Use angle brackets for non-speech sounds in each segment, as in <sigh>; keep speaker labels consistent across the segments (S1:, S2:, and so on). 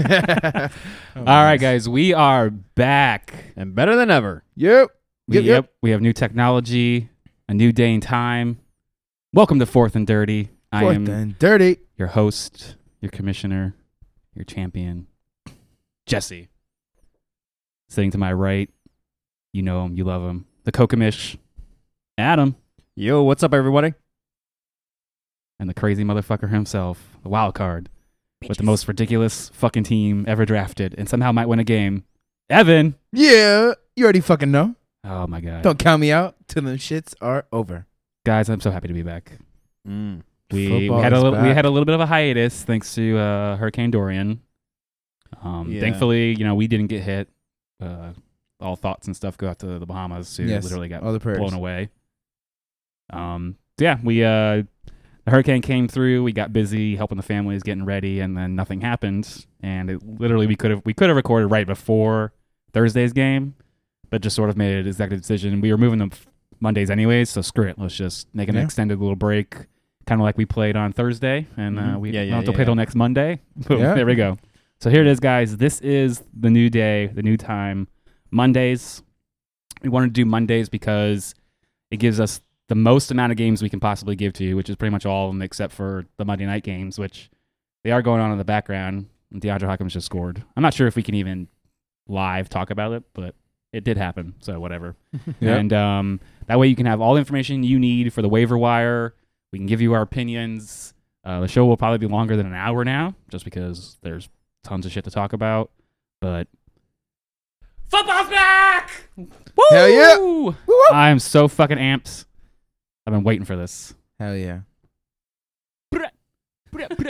S1: <laughs>
S2: All right, guys, we are back.
S1: and better than ever.
S3: Yep. Yep,
S2: yep, we have new technology, a new day and time. Welcome to Fourth and Dirty. I
S3: Fourth
S2: am
S3: and dirty.
S2: your host, your commissioner, your champion, Jesse. Sitting to my right, you know him, you love him, the Kokomish, Adam,
S1: Yo, what's up, everybody?
S2: and the crazy motherfucker himself, the wild card, with the most ridiculous fucking team ever drafted, and somehow might win a game, Evan.
S3: Yeah. You already fucking know.
S2: Oh my god,
S3: Don't count me out till the shits are over.
S2: guys, I'm so happy to be back.
S1: Mm.
S2: We, we
S3: Football
S2: had a
S3: is
S2: little, we
S3: back.
S2: had a little bit of a hiatus thanks to uh, Hurricane Dorian. Um,
S1: Yeah.
S2: Thankfully, you know, we didn't get hit. Uh, all thoughts and stuff go out to the Bahamas, who
S3: Yes.
S2: literally got
S3: All the prayers. <laughs>
S2: blown away. Um, so yeah, we uh, the hurricane came through. We got busy helping the families getting ready, and then nothing happened. And it literally we could have we could have recorded right before Thursday's game, but just sort of made an executive decision. We were moving them f- Mondays anyways, so screw it. Let's just make an
S3: Yeah.
S2: extended little break, kind of like we played on Thursday, and uh,
S1: Mhm.
S2: we
S1: Yeah,
S2: don't
S1: yeah,
S2: have to
S1: yeah,
S2: play
S1: yeah.
S2: till next Monday. <laughs> Boom,
S3: Yeah.
S2: There we go. So here it is, guys. This is the new day, the new time. Mondays. We wanted to do Mondays because it gives us the most amount of games we can possibly give to you, which is pretty much all of them except for the Monday night games, which they are going on in the background. DeAndre Hawkins just scored. I'm not sure if we can even live talk about it, but it did happen. So whatever.
S3: Yeah.
S2: And um, that way you can have all the information you need for the waiver wire. We can give you our opinions. Uh, the show will probably be longer than an hour now, just because there's tons of shit to talk about. But football's back! Woo!
S3: Hell yeah! Woo-woo.
S2: I'm so fucking amped. I've been waiting for this.
S3: Hell yeah. Let's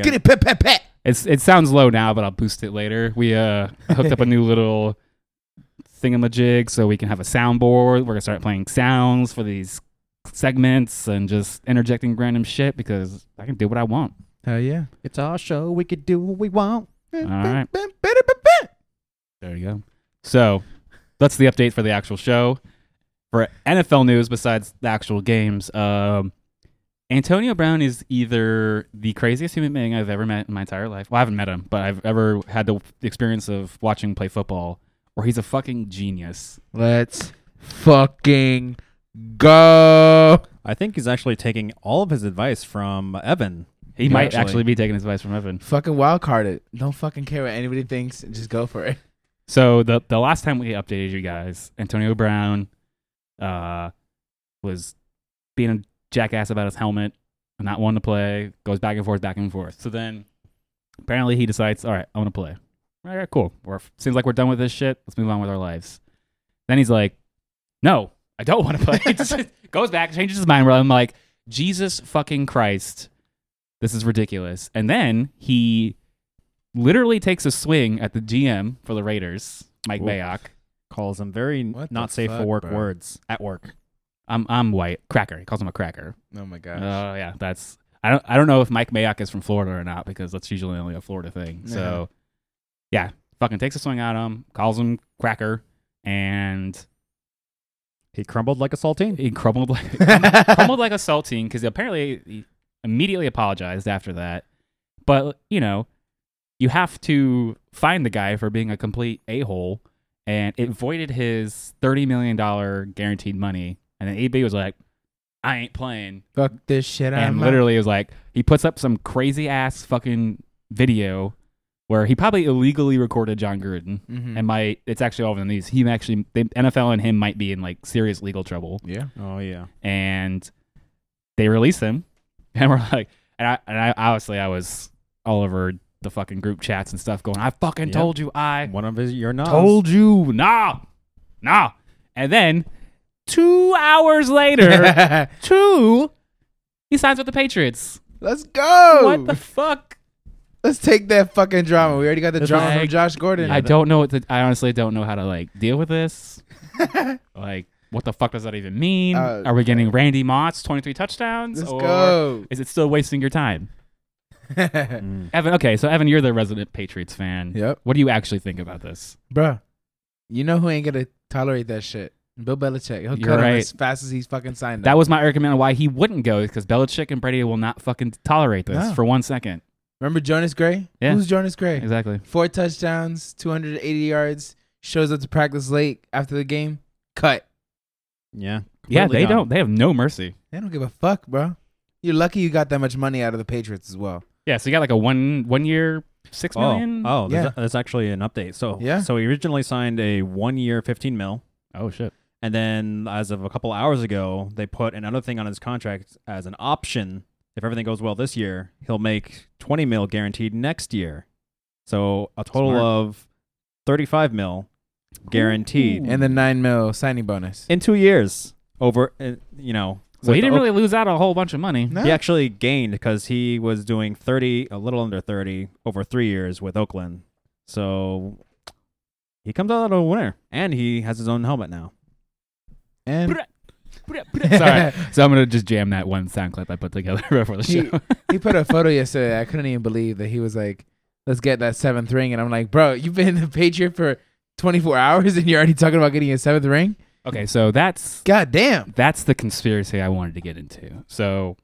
S2: got
S3: get it. Pet, pet, pet.
S2: It's it sounds low now, but I'll boost it later. We uh hooked up a new little thingamajig so we can have a soundboard. We're gonna start playing sounds for these segments and just interjecting random shit because I can do what I want.
S3: Hell yeah.
S1: It's our show. We could do what we want.
S2: All right.
S3: Bam, bam, bam, bam.
S2: There you go. So that's the update for the actual show. For NFL news, besides the actual games, um, Antonio Brown is either the craziest human being I've ever met in my entire life. Well, I haven't met him, but I've ever had the experience of watching him play football, or he's a fucking genius.
S3: Let's fucking go.
S1: I think he's actually taking all of his advice from Evan.
S2: He might
S1: Actually.
S2: actually be taking his advice from Evan.
S3: Fucking wild card it. Don't fucking care what anybody thinks. and Just go for it.
S2: So the the last time we updated you guys, Antonio Brown uh, was being a jackass about his helmet and not wanting to play, goes back and forth, back and forth. So then apparently he decides, all right, I want to play. All right, cool. We're, seems like we're done with this shit. Let's move on with our lives. Then he's like, no, I don't want to play. <laughs> Just goes back, changes his mind. Where I'm like, Jesus fucking Christ, this is ridiculous. And then he literally takes a swing at the GM for the Raiders, Mike
S1: Ooh.
S2: Mayock.
S1: Calls him very
S3: What
S1: not
S3: the
S1: safe for
S3: fuck,
S1: work
S3: bro?
S1: words at work.
S2: I'm I'm white cracker. He calls him a cracker.
S3: Oh my
S2: Oh
S3: gosh. <laughs>
S2: yeah, that's I don't I don't know if Mike Mayock is from Florida or not because that's usually only a Florida thing. So yeah, fucking takes a swing at him, calls him cracker, and
S1: He crumbled like a saltine.
S2: he crumbled like crumbled like a saltine because apparently he immediately apologized after that. But you know, you have to find the guy for being a complete a hole, and it voided his thirty million dollar guaranteed money. And then AB was like, "I ain't playing,"
S3: Fuck this shit.
S2: and
S3: I'm out.
S2: literally it was like, he puts up some crazy ass fucking video where he probably illegally recorded John Gruden.
S3: Mhm.
S2: And might it's actually all over the news. He actually, the NFL and him might be in like serious legal trouble
S3: yeah.
S1: Oh yeah.
S2: and they release him, <laughs> and we're like, and I and I obviously I was all over the fucking group chats and stuff going, I fucking
S1: Yep.
S2: told you, I
S1: One of his your nods.
S2: told you, nah, nah, and then two hours
S3: <laughs>
S2: later, <laughs> two, he signs with the Patriots.
S3: Let's go.
S2: What the fuck?
S3: Let's take that fucking drama. We already got the
S1: This
S3: drama
S2: was-
S3: from Josh Gordon. <laughs>
S2: I don't know what to, I honestly don't know how to like deal with this. like, what the fuck does that even mean?
S3: Uh,
S2: Are we getting Randy Mott's twenty three touchdowns?
S3: Let's
S2: or <laughs>
S3: go.
S2: Is it still wasting your time?
S1: Mm.
S2: Evan, okay, so Evan, you're the resident Patriots fan.
S3: Yep.
S2: What do you actually think about this?
S3: Bruh. You know who ain't gonna tolerate that shit? Bill Belichick. He'll
S2: You're
S3: cut him
S2: right.
S3: as fast as he's fucking signed
S2: That was my argument on why he wouldn't go, because Belichick and Brady will not fucking tolerate this
S3: No.
S2: for one second.
S3: Remember Jonas Gray?
S2: Yeah.
S3: Who's Jonas Gray?
S2: Exactly.
S3: Four touchdowns, 280 yards. Shows up to practice late after the game. Cut.
S1: Yeah.
S2: Yeah,
S1: Completely
S2: they
S1: gone.
S2: don't. They have no mercy.
S3: They don't give a fuck, bro. You're lucky you got that much money out of the Patriots as well.
S2: Yeah, so you got like a one one year six
S1: Oh,
S2: million.
S1: oh,
S3: Yeah.
S1: that's, that's actually an update. So
S3: Yeah.
S1: So he originally signed a one-year, fifteen mil,
S2: Oh, shit.
S1: and then as of a couple hours ago, they put another thing on his contract as an option. If everything goes well this year, he'll make twenty mil guaranteed next year. So a total
S2: Smart.
S1: of thirty-five mil guaranteed
S2: Ooh.
S3: And the nine mil signing bonus.
S1: in two years. Over, uh, you know.
S2: So he
S1: with
S2: didn't
S1: Oak-
S2: really lose out on a whole bunch of money.
S3: No.
S1: He actually gained because he was doing 30, a little under 30, over three years with Oakland. So he comes out a winner, and he has his own helmet now.
S3: And
S2: <laughs>
S1: <laughs>
S2: Sorry. So I'm gonna just jam that one sound clip I put together <laughs> before the
S3: He-
S2: show.
S3: <laughs> he put a photo yesterday. I couldn't even believe that he was like, "Let's get that seventh ring." And I'm like, "Bro, you've been the Patriot for 24 hours, and you're already talking about getting a seventh ring?
S2: okay, so that's
S3: God damn!"
S2: that's the conspiracy I wanted to get into. So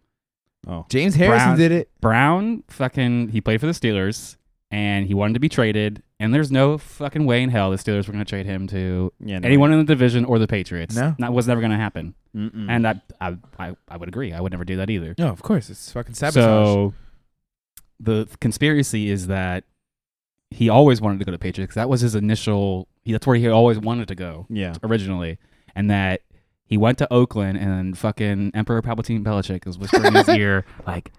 S1: Oh,
S3: James Harrison
S2: Brown.
S3: did it.
S2: Brown fucking he played for the Steelers and he wanted to be traded, and there's no fucking way in hell the Steelers were gonna trade him to
S1: yeah. no.
S2: anyone in the division or the Patriots.
S3: No.
S2: That was never gonna happen.
S1: Mm-mm.
S2: And I, I I I would agree. I would never do that either.
S3: No, of course, it's fucking
S2: So the conspiracy is that he always wanted to go to Patriots. 'cause That was his initial. He, that's where he always wanted to go
S1: yeah,
S2: originally, and that he went to Oakland and fucking Emperor Palpatine Belichick was whispering <laughs> in his ear like,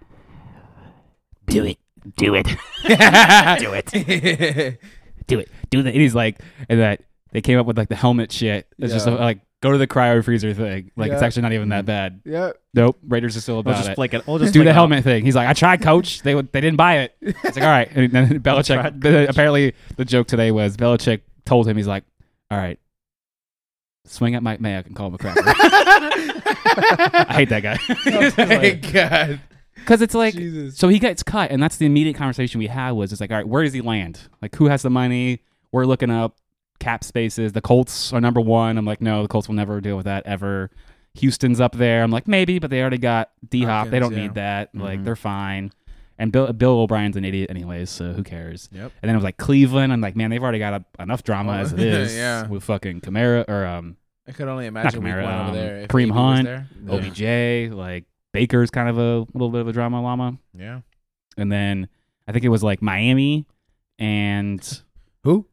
S2: "Do it, do <laughs> it, do it, <laughs>
S3: <laughs> it.
S2: do it, do the." And he's like, and that they came up with like the helmet shit. It's just
S3: Yeah.
S2: like go to the cryo freezer thing. Like it's
S3: Yeah.
S2: actually not even that bad.
S3: yep.
S2: Nope, Raiders are still
S1: we'll
S2: about
S1: just
S2: it
S1: flake it. We'll just
S2: do
S1: flake
S2: the
S1: it
S2: helmet thing. He's like, I tried, coach. They would- they didn't buy it. It's like, all right. And <laughs> then Belichick.
S1: tried,
S2: the- apparently, the joke today was Belichick told him he's like, all right, swing at Mike Mayock and call him a <laughs> cracker. I hate that guy
S3: Oh my <laughs> God.
S2: because it's like.
S3: Jesus.
S2: So he gets cut, and that's the immediate conversation we had was it's like, all right, where does he land? Like, who has the money? We're looking up cap spaces. The Colts are number one. I'm like, no, the Colts will never deal with that ever. Houston's up there. I'm like, maybe, but they already got D Hop. They
S3: Hopkins,
S2: don't
S3: yeah. Mm-hmm.
S2: need that. Like,
S1: Mhm.
S2: they're fine. And Bill Bill O'Brien's an idiot, anyways, so who cares?
S3: Yep.
S2: And then it was like Cleveland. I'm like, man, they've already got a, enough drama
S3: Oh,
S2: as it is
S3: <laughs> yeah.
S2: with fucking Kamara or um,
S3: I could only imagine week
S2: Kamara,
S3: one over
S2: um,
S3: there. If
S2: Kareem
S3: Eby was
S2: Hunt,
S3: there.
S2: OBJ. Like Baker's kind of a little bit of a drama llama.
S3: Yeah.
S2: And then I think it was like Miami and
S3: Who?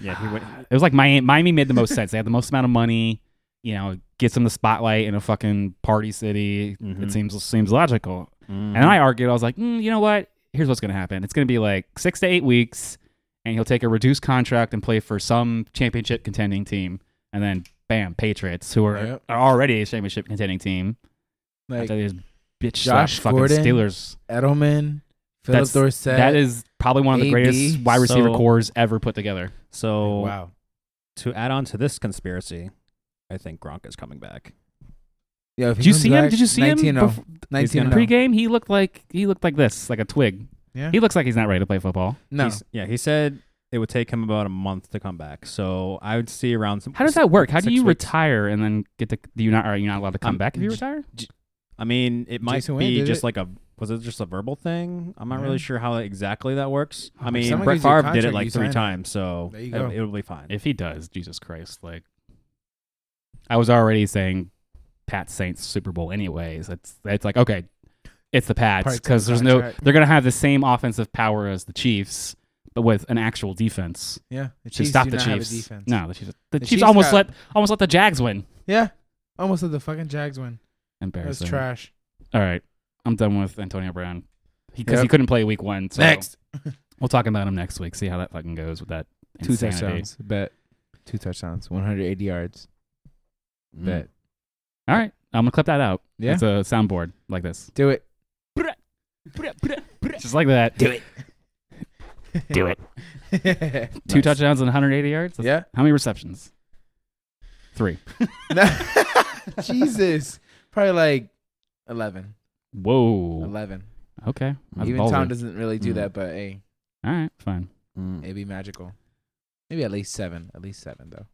S1: Yeah, he <sighs> went.
S2: it was like Miami, Miami made the most sense. They had the most amount of money. You know, gets them the spotlight in a fucking party city.
S3: Mm-hmm.
S1: Mhm.
S2: It seems seems logical.
S1: Mhm.
S2: And I argued, I was like, mm, you know what? Here's what's gonna happen. It's gonna be like six to eight weeks, and he'll take a reduced contract and play for some championship contending team, and then bam, Patriots, who are,
S3: Yep.
S2: are already a championship contending team.
S3: Like
S2: after they just bitch
S3: Josh
S2: slapped fucking
S3: Gordon,
S2: Steelers.
S3: Edelman, Philip
S2: That's-
S3: Dorsett.
S2: that is probably one of the
S3: AB,
S2: greatest wide receiver
S1: so-
S2: cores ever put together.
S1: so
S3: wow.
S1: to add on to this conspiracy, I think Gronk is coming back.
S3: Yeah, if he
S2: Did you
S3: comes
S2: see him?
S3: back, oh,
S2: Did you see him
S3: 19-0.
S2: before- oh.
S3: 19
S1: gonna-
S2: Pre-game, he looked like he looked like this, like a twig.
S3: Yeah.
S2: He looks like he's not ready to play football.
S3: No.
S1: He's- yeah, he said it would take him about a month to come back. So I would see around some.
S2: How does that work? How do
S1: Six
S2: you
S1: weeks.
S2: retire and then get to? Do you not are you not allowed to come
S1: Um,
S2: back if you
S1: j-
S2: retire?
S1: I mean, it might
S3: Jason Wayne
S1: be
S3: did
S1: just
S3: it.
S1: like a was it just a verbal thing? I'm not
S3: Yeah.
S1: really sure how exactly that works. I
S2: If
S1: mean,
S3: someone
S1: Brett
S3: gives you a
S1: Favre did it
S3: contract, you
S1: like
S3: sign
S1: three
S3: it.
S1: times, so
S3: There
S1: it,
S3: you go.
S1: it'll be fine.
S2: If he does, Jesus Christ! Like, I was already saying, Pat Saints Super Bowl. Anyways, it's it's like okay, it's the Pats
S3: Part-time
S2: because there's no
S3: contract.
S2: they're gonna have the same offensive power as the Chiefs, but with an actual defense
S3: Yeah. The
S2: to
S3: Chiefs
S2: stop
S3: do
S2: the
S3: not have a
S2: Chiefs.
S3: defense.
S2: No, the Chiefs. The,
S3: The
S2: Chiefs,
S3: Chiefs
S2: almost
S3: got-
S2: let almost let the Jags win.
S3: Yeah. Almost let the fucking Jags win. That was
S2: Embarrassing.
S3: trash.
S2: All right, I'm done with Antonio Brown because he
S3: Yep.
S2: couldn't play Week One. So
S3: Next. <laughs>
S2: we'll talk about him next week. See how that fucking goes with that.
S3: Two
S2: insanity.
S3: touchdowns. Bet. Two touchdowns. 180 yards.
S1: Mm.
S3: Bet.
S2: All right, I'm gonna clip that out.
S3: Yeah.
S2: it's a soundboard like this,
S3: Do it.
S2: just like that.
S3: Do <laughs> it.
S2: Do it.
S3: <laughs> it.
S2: Two
S1: Nice.
S2: touchdowns and 180 yards. That's-
S3: yeah.
S2: How many receptions? Three.
S3: <laughs> Jesus. Probably like 11.
S2: Whoa.
S3: 11.
S2: Okay. That's
S3: Even
S2: ballsy.
S3: Tom doesn't really do
S1: Mm.
S3: that, but hey,
S2: All right. Fine.
S1: Mm.
S3: it'd be magical. Maybe at least seven. At least seven, though.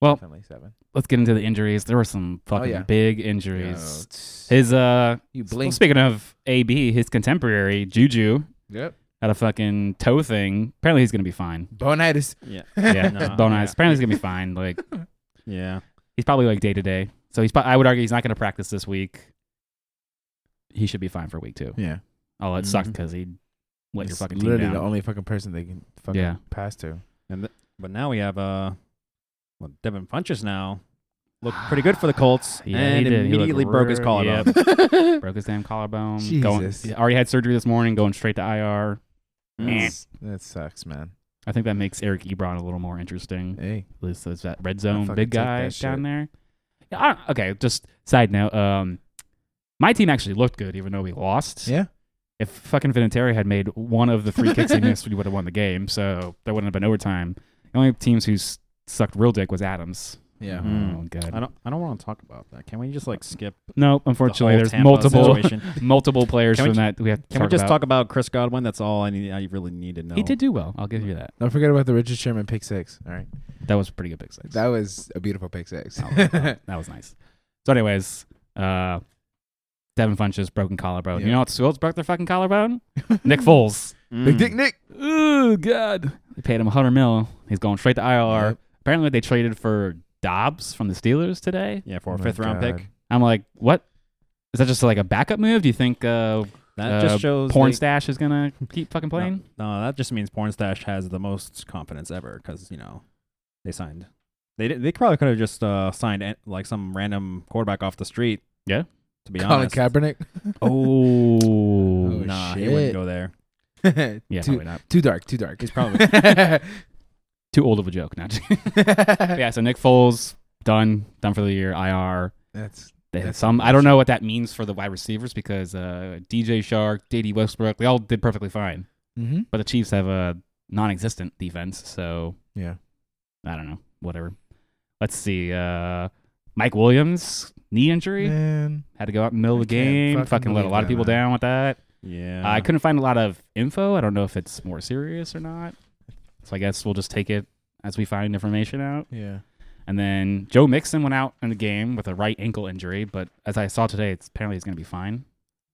S2: Well,
S3: definitely seven.
S2: Let's get into the injuries. There were some fucking
S3: Oh, yeah.
S2: big injuries.
S3: Yo, tss.
S2: His uh.
S3: you
S2: Well,
S3: blink.
S2: speaking of AB, his contemporary Juju
S3: Yep.
S2: had a fucking toe thing. Apparently he's gonna be fine.
S1: <laughs>
S3: Bonitis.
S1: Yeah.
S2: Yeah,
S3: <laughs>
S1: No, yeah.
S2: bonus. Apparently he's gonna be fine. Like
S1: Yeah.
S2: he's probably like day to day. So he's. pro- I would argue he's not gonna practice this week. He should be fine for week two.
S3: Yeah.
S2: Oh, it sucks
S1: Mhm.
S2: because he let your
S3: It's
S2: fucking team
S3: literally
S2: down.
S3: the only fucking person they can fucking
S2: Yeah.
S3: pass to.
S1: And th- but now we have uh, well, Devin Funches now looked pretty good for the Colts,
S2: <sighs> Yeah,
S1: and
S2: he did. He
S1: immediately
S2: looked
S1: broke his
S2: real-
S1: collarbone.
S2: yep. Broke his damn collarbone. Going,
S3: Jesus.
S2: he already had surgery this morning. Going straight to IR.
S1: Mm.
S3: That's- that sucks, man.
S2: I think that makes Eric Ebron a little more interesting.
S3: Hey.
S2: At least that's that red zone
S3: fucking
S2: big
S3: take
S2: guy
S3: that
S2: down
S3: shit.
S2: there. Yeah, I don't- okay, just side note. Um, my team actually looked good, even though we lost.
S3: Yeah.
S2: If fucking Vinatieri had made one of the three kicks he missed, we would have won the game. So there wouldn't have been overtime. The only teams who s- sucked real dick was Adams.
S3: Yeah.
S1: Mm.
S2: Oh god.
S1: I don't. I don't want to talk about that. Can we just like skip?
S2: No,
S1: the
S2: unfortunately,
S1: whole
S2: there's
S1: Tampa
S2: multiple
S1: Situation?
S2: <laughs> multiple players
S1: Can we
S2: from that we have to
S1: Can we just
S2: about.
S1: talk about Chris Godwin? That's all I need. I really need to know.
S2: He did do well. I'll give you that.
S3: Don't forget about the Richard Sherman pick six. All right.
S2: That was a pretty good pick six. <laughs>
S3: That was a beautiful pick six.
S2: Oh,
S3: <laughs>
S2: that that was nice. So, anyways, uh, Devin Funches broken collarbone. You
S3: Yeah.
S2: know what? Who else broke their fucking collarbone? Nick Foles.
S1: Mm.
S3: Big Dick Nick.
S2: Ooh, God. They paid him 100 mil. He's going straight to IR.
S3: Yep.
S2: Apparently, they traded for Dobbs from the Steelers today.
S1: Yeah, for
S3: Oh
S1: a
S3: my
S1: fifth round
S3: God.
S1: pick.
S2: I'm like, what? Is that just like a backup move? Do you think uh,
S1: That
S2: Uh,
S1: just shows
S2: Porn
S1: they-
S2: Stash is gonna keep fucking playing?
S1: No, that just means Pornstash has the most confidence ever because you know they signed. They did, they probably could have just uh, signed an- like some random quarterback off the street.
S2: Yeah.
S1: to be
S3: Colin
S1: honest.
S3: Kaepernick.
S2: Oh,
S3: <laughs> Oh,
S1: nah, he
S3: shit.
S1: wouldn't go there.
S3: <laughs>
S2: yeah,
S3: too,
S2: probably not.
S3: too dark. Too dark. <laughs>
S1: He's probably
S2: Too old of a joke. Not. yeah. So Nick Foles done done for the year. IR.
S3: That's
S2: They had
S3: That's
S2: some. I
S3: impressive.
S2: don't know what that means for the wide receivers because uh, DJ Shark, D.D. Westbrook, they all did perfectly fine.
S3: mm-hmm.
S2: But the Chiefs have a non-existent defense, so
S3: yeah.
S2: I don't know. Whatever. Let's see. Uh, Mike Williams knee injury
S3: Man.
S2: had to go out in the middle
S3: I
S2: of the
S3: can't
S2: game.
S3: fucking
S2: Fucking, let a
S3: believe
S2: lot of
S3: that,
S2: people
S3: man.
S2: down with that.
S1: yeah.
S2: Uh, I couldn't find a lot of info. I don't know if it's more serious or not. So I guess we'll just take it as we find information out.
S3: Yeah.
S2: And then Joe Mixon went out in the game with a right ankle injury, but as I saw today, it's apparently he's going to be fine.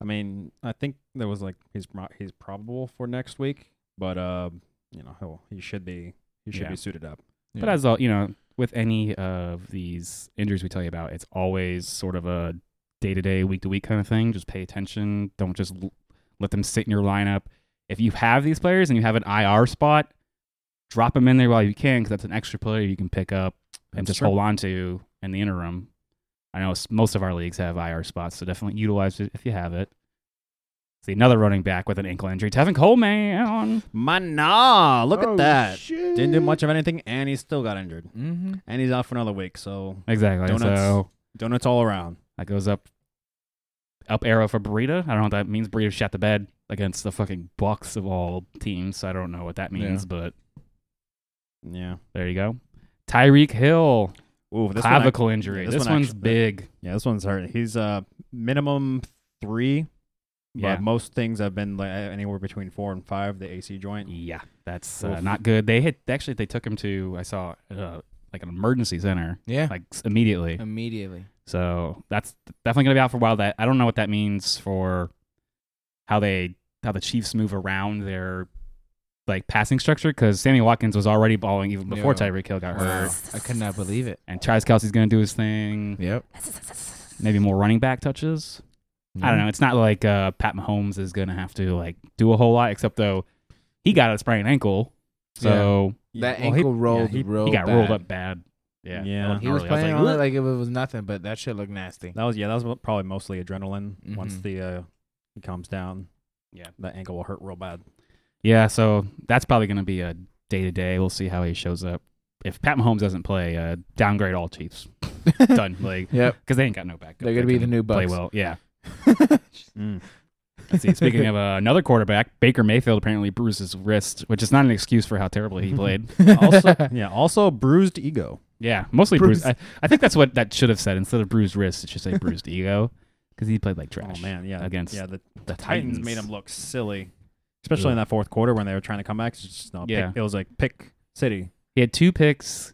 S1: I mean, I think there was like he's pro- he's probable for next week, but uh, you know he'll he should be he should
S2: Yeah.
S1: be suited up.
S2: But
S3: Yeah.
S2: as all you know, with any of these injuries we tell you about, it's always sort of a day to day, week to week kind of thing. Just pay attention. Don't just l- let them sit in your lineup. If you have these players and you have an IR spot, drop them in there while you can because that's an extra player you can pick up and
S1: That's
S2: just
S1: true.
S2: hold on to in the interim. I know s- most of our leagues have IR spots, so definitely utilize it if you have it. See another running back with an ankle injury, Tevin Coleman.
S1: Mana, look
S3: Oh,
S1: at that.
S3: shit.
S1: Didn't do much of anything, and he still got injured,
S3: Mm-hmm.
S1: and he's out for another week. So
S2: Exactly.
S1: Donuts.
S2: So
S1: donuts all around.
S2: That goes up up arrow for Burita. I don't know what that means. Burita shot the bed against the fucking Bucks of all teams. So I don't know what that means, but
S1: Yeah.
S2: there you go. Tyreek Hill
S1: Ooh, this one I-
S2: clavicle injury.
S1: this
S2: this
S1: one
S2: one's
S1: actu-
S2: big.
S1: Yeah, this one's hard. He's uh minimum three,
S2: Yeah,
S1: but most things have been like anywhere between four and five. The AC joint.
S2: yeah, that's uh,
S1: Oof.
S2: not good. They hit actually. They took him to I saw uh, like an emergency center
S3: Yeah.
S2: like s- immediately.
S3: Immediately.
S2: So that's definitely gonna be out for a while. That I don't know what that means for how they how the Chiefs move around their like passing structure because Sammy Watkins was already balling even before
S3: Yeah.
S2: Tyreek Hill got
S3: Wow.
S2: hurt,
S3: I could not believe it.
S2: and Travis Kelsey's gonna do his thing.
S3: Yep.
S2: Maybe more running back touches.
S3: Mm-hmm.
S2: I don't know. It's not like uh, Pat Mahomes is gonna have to like do a whole lot, except though he got a sprained ankle, so
S3: That
S1: well, he-
S3: ankle rolled
S1: yeah, he-
S3: real
S2: he got
S3: bad.
S2: rolled up bad. Yeah, that
S1: Yeah.
S2: looked
S3: He was
S2: gnarly. I
S3: playing
S2: like,
S3: on it
S2: "Ugh."
S3: like it was nothing, but that shit looked nasty.
S1: That was yeah. That was probably mostly adrenaline. Once
S3: Mhm.
S1: the uh he calms down,
S2: Yeah.
S1: that ankle will hurt real bad.
S2: Yeah, so that's probably going to be a day to day. We'll see how he shows up. If Pat Mahomes doesn't play, uh, downgrade all Chiefs. Done. Like,
S3: <laughs> Yep.
S2: because they ain't got no backup.
S3: They're gonna
S2: They
S3: be
S2: can
S3: the new
S2: Play
S3: Bucks.
S2: well, yeah.
S3: <laughs>
S1: Mm.
S2: Let's see, speaking of uh, another quarterback, Baker Mayfield apparently bruised his wrist, which is not an excuse for how
S3: <laughs>
S2: terribly he played.
S1: <laughs> also, <laughs> yeah. Also, bruised ego.
S2: yeah, mostly
S3: Bruised.
S2: bruised. I, I think that's what that should have said instead of bruised wrist. It should say bruised ego, because he played like trash.
S1: Oh man, yeah.
S2: Against
S1: yeah the,
S2: the
S1: Titans, made him look silly, especially in that fourth quarter when they were trying to come back. It's just no.
S2: Yeah.
S1: Pick, it was like pick city.
S2: He had two picks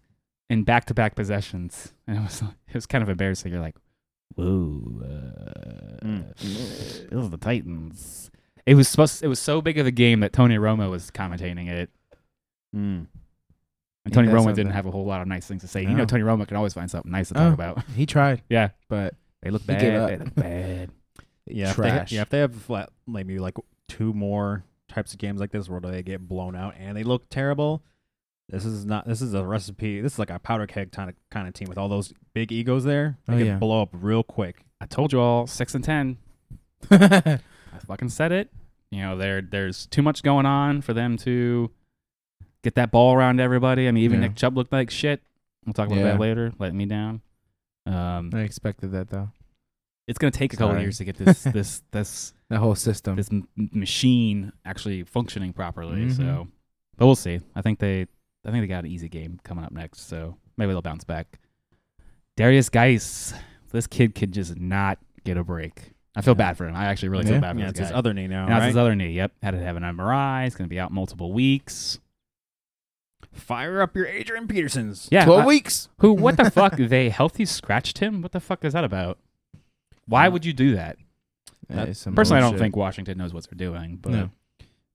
S2: and back to back possessions, and it was it was kind of embarrassing. You're like, whoa, uh,
S1: Mm.
S2: this is the Titans. It was supposed. It was so big of a game that Tony Romo was commentating it,
S1: Mm.
S2: and
S3: Ain't
S2: Tony
S3: that
S2: Romo
S3: something?
S2: didn't have a whole lot of nice things to say. You
S3: No.
S2: know, Tony Romo can always find something nice to talk
S3: Oh.
S2: about. <laughs>
S3: He tried,
S2: Yeah,
S3: but
S2: they look
S3: He
S2: bad.
S3: gave up.
S2: They look bad.
S1: Yeah, if they, ha-
S3: trash.
S1: yeah. If they have flat, maybe like two more types of games like this where they get blown out and they look terrible, this is not. This is a recipe. This is like a powder keg kind of kind of team with all those big egos there. They
S3: Oh,
S1: can
S3: yeah.
S1: blow up real quick.
S2: I told you all six and ten.
S3: yeah.
S2: I fucking said it. You know, there there's too much going on for them to get that ball around everybody. I mean, even
S3: Yeah.
S2: Nick Chubb looked like shit. We'll talk about
S3: Yeah.
S2: that later. Letting me down. Um,
S3: I expected that though.
S2: it's gonna take a couple
S3: Sorry.
S2: years to get this this this
S3: The whole system.
S2: this m- machine actually functioning properly.
S3: Mhm.
S2: So, but we'll see. I think they I think they got an easy game coming up next. So maybe they'll bounce back. Darius Geis, this kid can just not get a break. I feel
S1: Yeah.
S2: bad for him. I actually really feel
S3: Yeah.
S2: bad for
S1: yeah,
S2: this
S1: it's
S2: guy.
S1: his other knee now,
S2: Now it's
S1: right?
S2: his other knee. Yep, had to have an MRI. It's going to be out multiple weeks.
S1: Fire up your Adrian Petersons.
S2: Yeah,
S3: Twelve
S2: uh,
S3: weeks.
S2: who? What the fuck? <laughs> They healthy scratched him. What the fuck is that about? Why
S1: Yeah.
S2: would you do that?
S3: That is some
S2: Personally, I don't
S3: bullshit.
S2: think Washington knows what they're doing. But
S3: No.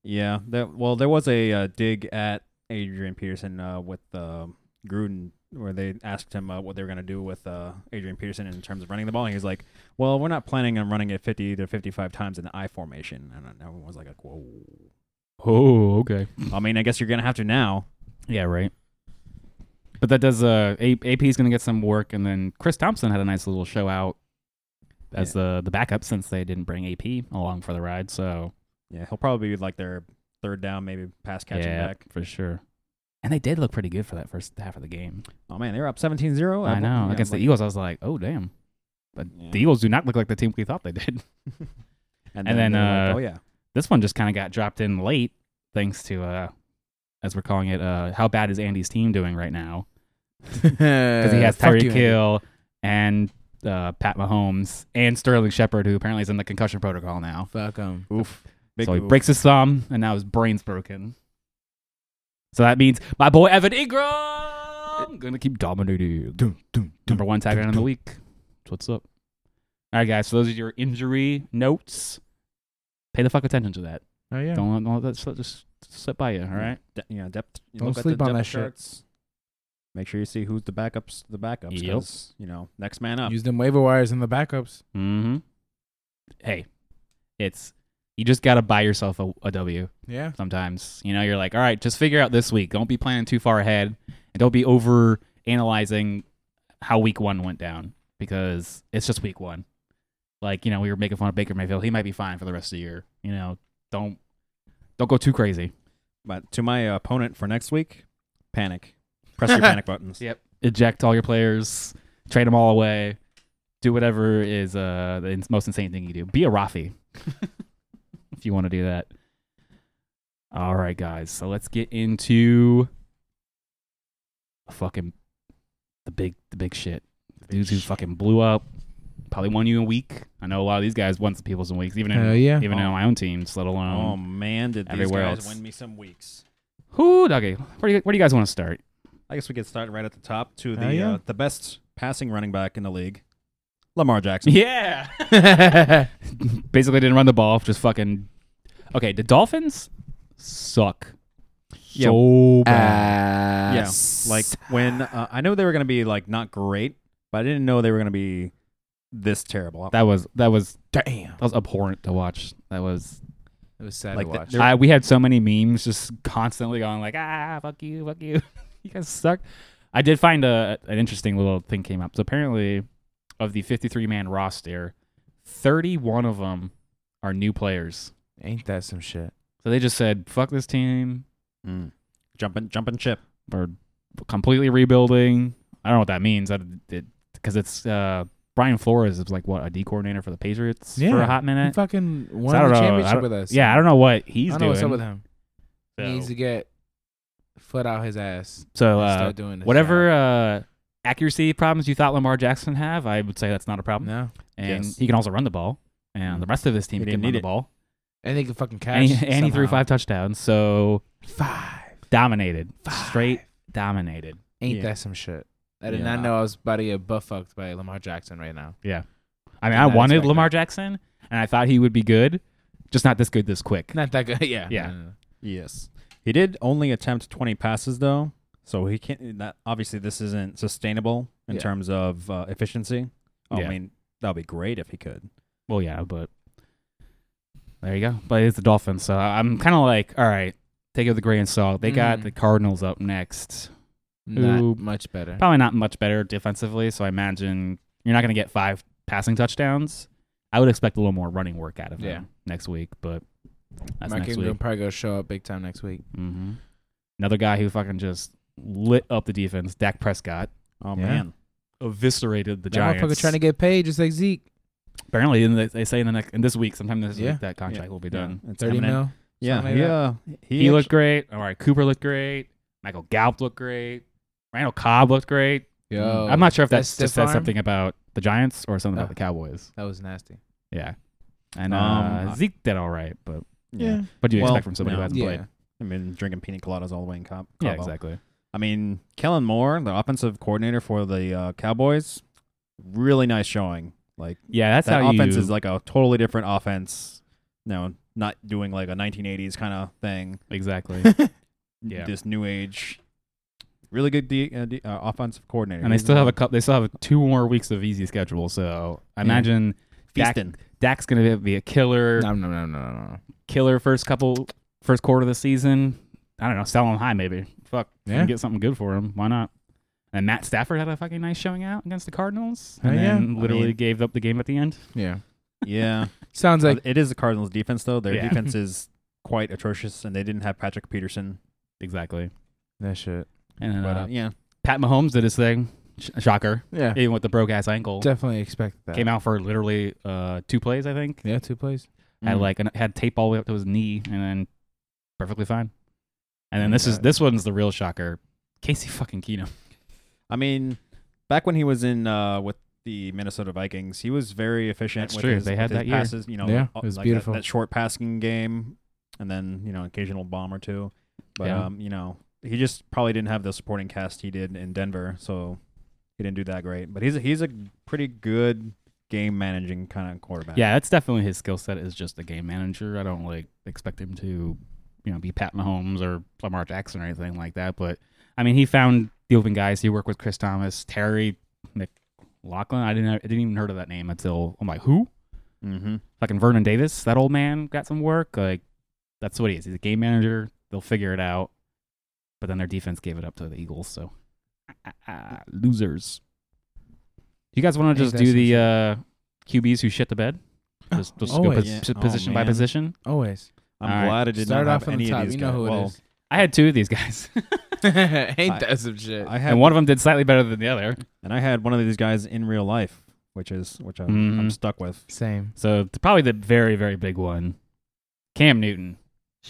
S1: Yeah. That, well, there was a uh, dig at Adrian Peterson uh, with uh, Gruden where they asked him uh, what they were going to do with uh, Adrian Peterson in terms of running the ball. And he was like, well, we're not planning on running it 50 to 55 times in the I formation. And then everyone was like, whoa.
S2: oh, okay.
S1: I mean, I guess you're going to have to now.
S2: Yeah, right. But that does. Uh, A- AP is going to get some work, and then Chris Thompson had a nice little show out as the the backup since they didn't bring AP along for the ride. So
S1: Yeah, he'll probably be like their third down, maybe pass catching
S2: yeah,
S1: back.
S2: for sure. And they did look pretty good for that first half of the game.
S1: Oh, man, they were up 17 0.
S2: I know. Against the Eagles, I was like, oh, damn. But
S1: Yeah.
S2: the Eagles do not look like the team we thought they did. <laughs>
S1: And,
S2: and then,
S1: then, they were like,
S2: uh,
S1: oh, yeah.
S2: This one just kind of got dropped in late, thanks to, uh, as we're calling it, uh, how bad is Andy's team doing right now? Because
S3: Because <laughs>
S2: he has Tyreek Hill and uh, Pat Mahomes and Sterling Shepard, who apparently is in the concussion protocol now.
S3: Fuck him.
S1: Oof.
S2: so he
S1: oof.
S2: breaks his thumb, and now his brain's broken. So that means my boy Evan Ingram gonna keep dominating. Number one tagline in the week. That's what's up. All right, guys. So those are your injury notes. Pay the fuck attention to that.
S3: Oh yeah.
S2: Don't, let- don't let that slip, just slip by you. All right.
S1: de- you know, depth. You
S3: Don't
S1: look at
S3: sleep
S1: the
S3: on
S1: depth
S3: that shit.
S1: charts. Make sure you see who's the backups. The backups,
S2: Yep.
S1: 'cause, you know, next man up.
S3: Use them waiver wires and the backups.
S2: Mm-hmm. Hey, it's you just gotta buy yourself a, a W
S3: Yeah.
S2: sometimes. You know, you're like, all right, just figure out this week. Don't be planning too far ahead, and don't be over analyzing how week one went down because it's just week one. Like you know, we were making fun of Baker Mayfield. He might be fine for the rest of the year. You know, don't don't go too crazy.
S1: But to my opponent for next week, panic.
S3: <laughs>
S1: Press your panic buttons.
S2: Yep. Eject all your players, trade them all away, do whatever is uh, the ins- most insane thing you do. Be a Rafi if you want to do that. All right, guys. So let's get into the fucking the big the big shit. The dudes who fucking blew up. Probably won you in a week. I know a lot of these guys won some people's in weeks, even in
S3: Hell yeah.
S2: even in my own teams, let
S1: oh
S2: alone.
S1: man, did these
S2: Um, everywhere
S1: guys
S2: else.
S1: win me some weeks?
S2: Who? Okay, where do you, where do you guys want to start?
S1: I guess we could start right at the top to
S3: Hell
S1: the
S3: yeah.
S1: uh, the best passing running back in the league, Lamar Jackson.
S2: Yeah. <laughs> Basically didn't run the ball, just fucking Okay, the Dolphins suck.
S1: Yeah.
S2: So bad.
S3: Uh,
S1: Yeah,
S3: Ass.
S1: like when uh, I know they were going to be like not great, but I didn't know they were going to be this terrible.
S2: that was that was
S3: damn.
S2: that was abhorrent to watch. That was
S3: It was sad
S1: Like
S3: to
S1: the-
S3: watch.
S1: they're-
S2: I, we had so many memes just constantly going like ah fuck you fuck you <laughs> you guys suck. I did find a an interesting little thing came up. So apparently, of the 53 man roster, 31 of them are new players.
S3: Ain't that some shit?
S2: So they just said fuck this team.
S1: Mm. Jumping, jumping chip.
S2: or completely rebuilding. I don't know what that means. Because it, 'cause it's uh, Brian Flores is like what a D coordinator for the Patriots for
S3: Yeah.
S2: a hot
S3: He
S2: minute.
S3: fucking won
S2: I
S3: the
S2: don't know. I
S3: championship
S2: don't-
S3: with us.
S2: Yeah, I don't know what he's
S3: I don't know
S2: doing.
S3: what's up with him.
S2: so,
S3: He needs to get foot out his ass.
S2: so,
S3: and
S2: uh,
S3: start doing this
S2: whatever uh, accuracy problems you thought Lamar Jackson have, I would say that's not a
S3: job.
S2: problem.
S3: No,
S2: And
S1: Yes.
S2: he can also run the ball.
S3: Mm.
S2: And the rest of this team
S1: He
S2: can
S1: didn't
S2: run
S1: need
S2: the
S1: it.
S2: ball.
S3: and he can fucking catch.
S2: And he, and he threw
S3: somehow.
S2: five touchdowns. So
S3: Five.
S2: dominated,
S3: Five.
S2: straight dominated.
S3: Ain't
S1: Yeah.
S3: that some shit? I did
S1: Yeah.
S3: not know I was about to get butt fucked by Lamar Jackson right now.
S2: I mean,
S1: Did
S2: I
S1: not
S2: wanted
S1: expect
S2: Lamar Jackson, and I thought he would be good, just not this good this quick.
S3: Not that good. <laughs> Yeah.
S2: Yeah.
S3: No, no, no.
S1: Yes, he did only attempt 20 passes though, so he can't. That obviously this isn't sustainable in
S3: Yeah.
S1: terms of uh, efficiency. Oh,
S2: Yeah.
S1: I mean, that would be great if he could.
S2: Well, yeah, but there you go. But it's the Dolphins, so I'm kind of like, all right, take it with a grain of salt. They got
S3: Mhm.
S2: the Cardinals up next.
S3: Not
S2: Ooh.
S3: much better.
S2: Probably not much better defensively, so I imagine you're not going to get five passing touchdowns. I would expect a little more running work out of them
S3: Yeah.
S2: next week, but that's
S3: Mark
S2: next
S3: Ingram
S2: week.
S3: probably gonna show up big time next week.
S2: hmm Another guy who fucking just lit up the defense, Dak Prescott,
S1: Oh
S3: Yeah.
S1: man,
S2: eviscerated the
S3: That motherfucker
S2: Giants.
S3: trying to get paid just like Zeke.
S2: Apparently, in the, they say in the next, in this week, sometime this
S3: Yeah.
S2: week, that contract will be done.
S1: Yeah, it's
S3: Thirty
S1: imminent.
S3: mil.
S1: Yeah,
S3: something like
S1: yeah.
S2: He, looked great. All right, Cooper looked great. Michael Gallup looked great. Randall Cobb looked great.
S3: Yo,
S2: Mm. I'm not sure if
S3: that
S2: that's
S3: stiff
S2: just says
S3: arm?
S2: something about the Giants or something
S3: Oh.
S2: about the Cowboys.
S3: That was nasty.
S2: Yeah. And
S1: Um,
S2: uh, Zeke did all right, but
S1: Yeah.
S2: what do you
S1: Well,
S2: expect from somebody who
S1: no.
S2: hasn't
S3: Yeah.
S2: played?
S1: I mean, drinking pina coladas all the way in Cobb.
S2: Yeah,
S1: Cabo.
S2: exactly.
S1: I mean, Kellen Moore, the offensive coordinator for the uh, Cowboys, really nice showing. Like
S2: Yeah, that's
S1: that
S2: how
S1: offense
S2: you,
S1: is like a totally different offense. No, not doing like a 1980s kind of thing. <laughs>
S2: exactly. Yeah.
S1: This new age, really good de- uh, de- uh, offensive coordinator.
S2: and they
S1: He's
S2: still have a
S1: not
S2: cup. They still have two more weeks of easy schedule, so I
S3: Yeah.
S2: imagine Dak-
S1: feasting.
S2: Dak's gonna be a killer,
S3: No, no, no, no, no, no.
S2: killer first couple, first quarter of the season. I don't know, sell him high maybe. Fuck, If you
S3: Yeah.
S2: can get something good for him. Why not? And Matt Stafford had a fucking nice showing out against the Cardinals,
S3: Oh,
S2: and
S3: yeah.
S2: then
S1: I
S2: literally
S1: mean-
S2: gave up the game at the end.
S3: Yeah.
S1: yeah,
S2: <laughs>
S3: Sounds like
S1: Uh, it is the Cardinals' defense though. Their
S2: Yeah.
S1: defense is quite atrocious, and they didn't have Patrick Peterson.
S2: Exactly.
S3: that shit.
S2: And then,
S1: But
S2: uh,
S1: uh, yeah,
S2: Pat Mahomes did his thing. Sh- shocker,
S3: Yeah.
S2: even with the broke ass ankle,
S3: Definitely expect that.
S2: came out for literally uh, two plays, I think.
S3: Yeah, two plays.
S2: Had
S1: Mm.
S2: like an, had tape all the way up to his knee, and then perfectly fine. And then
S3: Oh,
S2: this is
S3: God.
S2: this one's the real shocker. Casey fucking Keenum.
S1: I mean, back when he was in uh, with the Minnesota Vikings, he was very efficient.
S2: That's
S1: with
S2: true.
S1: His,
S2: They
S1: with
S2: had
S1: his
S2: that year.
S1: passes, you know,
S3: Yeah,
S1: all-
S3: it was
S1: like uh,
S3: beautiful.
S1: That, that short passing game, and then you know, occasional bomb or two. But
S2: Yeah.
S1: um, you know, he just probably didn't have the supporting cast he did in Denver, so he didn't do that great. But he's a, he's a pretty good game managing kind of quarterback.
S2: Yeah, that's definitely his skill set. Is just a game manager. I don't like expect him to, you know, be Pat Mahomes or Lamar Jackson or anything like that. But I mean, he found the open guys. He worked with Chris Thomas, Terry McLaughlin. I didn't I didn't even heard of that name until I'm like, who?
S1: Mm-hmm.
S2: fucking Vernon Davis, that old man got some work. Like that's what he is. He's a game manager. They'll figure it out. But then their defense gave it up to the Eagles, so losers. You guys want to just do the uh, QBs who shit the bed? Just, just go
S3: Always.
S2: pos-
S1: Yeah.
S2: p- position
S1: Oh,
S2: by
S1: man.
S2: position.
S3: Always.
S1: I'm
S2: All right.
S1: glad I did
S3: Start
S1: not
S3: off
S1: have
S3: on
S1: any
S3: the top.
S1: of these
S3: You know
S1: guys.
S3: who
S1: well,
S3: it is. <laughs>
S2: I had two of these guys, <laughs>
S3: Ain't
S1: I-
S3: that some shit?
S1: I had
S2: Uh, and one of them did slightly better than the other.
S1: and I had one of these guys in real life, which is which I'm, I'm
S2: Mhm.
S1: stuck with.
S3: Same.
S2: So th- probably the very, very big one, Cam Newton.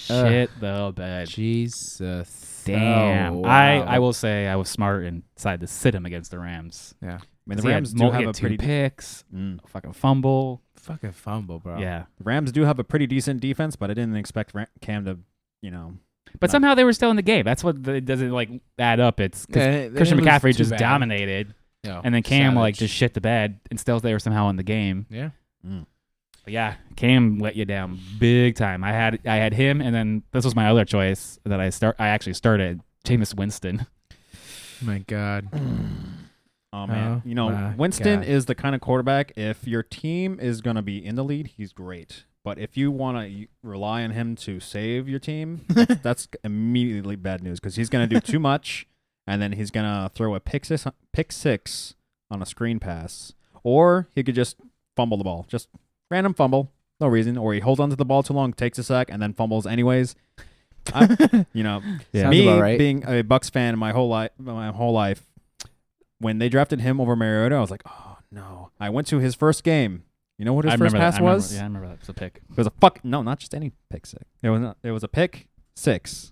S3: Ugh.
S2: Shit the bed.
S3: Jesus.
S2: Damn.
S3: Oh,
S2: I,
S3: wow.
S2: I will say I was smart and decided to sit him against the Rams.
S1: I mean, the
S2: He had
S1: Rams
S2: mul- he
S1: do have
S2: had
S1: a
S2: two
S1: pretty
S2: picks,
S1: Mm.
S2: a fucking fumble.
S3: fucking fumble, bro.
S2: Yeah,
S1: The Rams do have a pretty decent defense, but I didn't expect Ra- Cam to, you know.
S2: but
S1: No.
S2: somehow they were still in the game. That's what the, it doesn't like add up. It's because
S3: Yeah, they- they
S2: Christian
S3: didn't lose
S2: McCaffrey
S3: too
S2: just
S3: bad.
S2: dominated,
S1: Oh,
S3: No,
S2: and then Cam like
S3: savage.
S2: just shit the bed, and still they were somehow in the game.
S3: Yeah.
S2: But yeah, Cam let you down big time. I had I had him, and then this was my other choice that I start. I actually started Jameis Winston.
S3: My God.
S1: Oh
S3: Oh,
S1: man, you know,
S3: my
S1: Winston
S3: God.
S1: is the kind of quarterback. If your team is gonna be in the lead, he's great. But if you want to rely on him to save your team, that's, that's immediately bad news because he's gonna do too much, and then he's gonna throw a pick six, pick six on a screen pass, or he could just fumble the ball, just random fumble, no reason, or he holds onto the ball too long, takes a sack, and then fumbles anyways. I, you know,
S3: <laughs> Sounds
S1: me
S3: about right.
S1: being a Bucks fan my whole life, my whole life, when they drafted him over Mariota, I was like, oh no. I went to his first game. You know what
S2: <laughs>
S1: his
S2: I
S1: first
S2: remember
S1: pass
S2: that. I remember-
S1: was?
S2: yeah, I remember that was a pick.
S1: It was a fuck. No, not just any pick six. It was it was a pick six,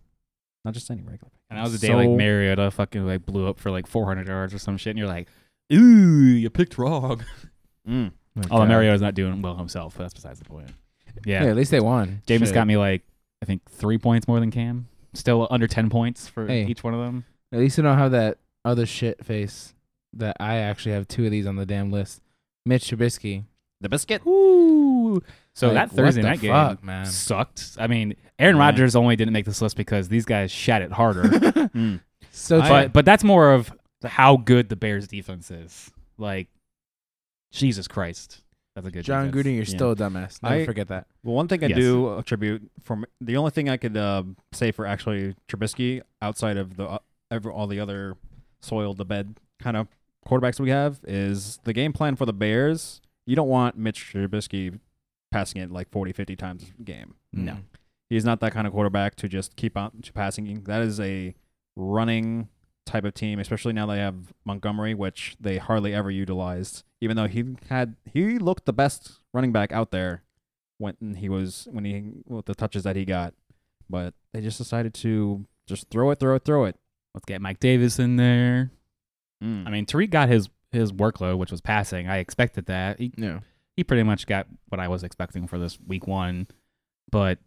S1: not just any regular. pick.
S2: And that was the day
S1: So-
S2: like Mariota fucking like blew up for like 400 yards or some shit, and you're like, ooh, you picked wrong.
S1: Mm.
S3: My
S2: Although
S3: God.
S2: Mariota's Oh, not doing well himself, but that's besides the point. Yeah,
S3: Hey, at least they won.
S2: Jameis
S3: Shit.
S2: got me like I think three points more than Cam. Still under 10 points for
S3: Hey.
S2: each one of them.
S3: At least I don't have that other shit face that I actually have two of these on the damn list. Mitch Trubisky.
S1: The biscuit.
S2: Ooh,
S1: Woo.
S2: So
S3: Like,
S2: that Thursday
S3: what the
S2: night game
S3: fuck, man.
S2: sucked. I mean, Aaron
S1: Yeah.
S2: Rodgers only didn't make this list because these guys shat it
S3: <laughs>
S2: harder.
S1: Mm.
S3: So
S1: I-
S2: but but that's more of how good the Bears defense is. Like Jesus Christ. That's a good
S3: John
S2: defense.
S3: Gruden, you're still a dumbass. Never
S1: I-
S3: forget that.
S1: Well, one thing I
S2: Yes.
S1: do attribute from the only thing I could uh, say for actually Trubisky outside of the uh, ever, all the other soiled the bed kind of quarterbacks we have is the game plan for the Bears. You don't want Mitch Trubisky passing it like 40, 50 times a game.
S2: No.
S3: Mm.
S1: He's not that kind of quarterback to just keep on to passing. That is a running type of team, especially now they have Montgomery, which they hardly ever utilized. Even though he had he looked the best running back out there when he was when he with the touches that he got, but they just decided to just throw it, throw it, throw it.
S2: Let's get Mike Davis in there.
S1: Mm.
S2: I mean, Tariq got his his workload, which was passing. I expected that. He
S3: No.
S2: he pretty much got what I was expecting for this week one. But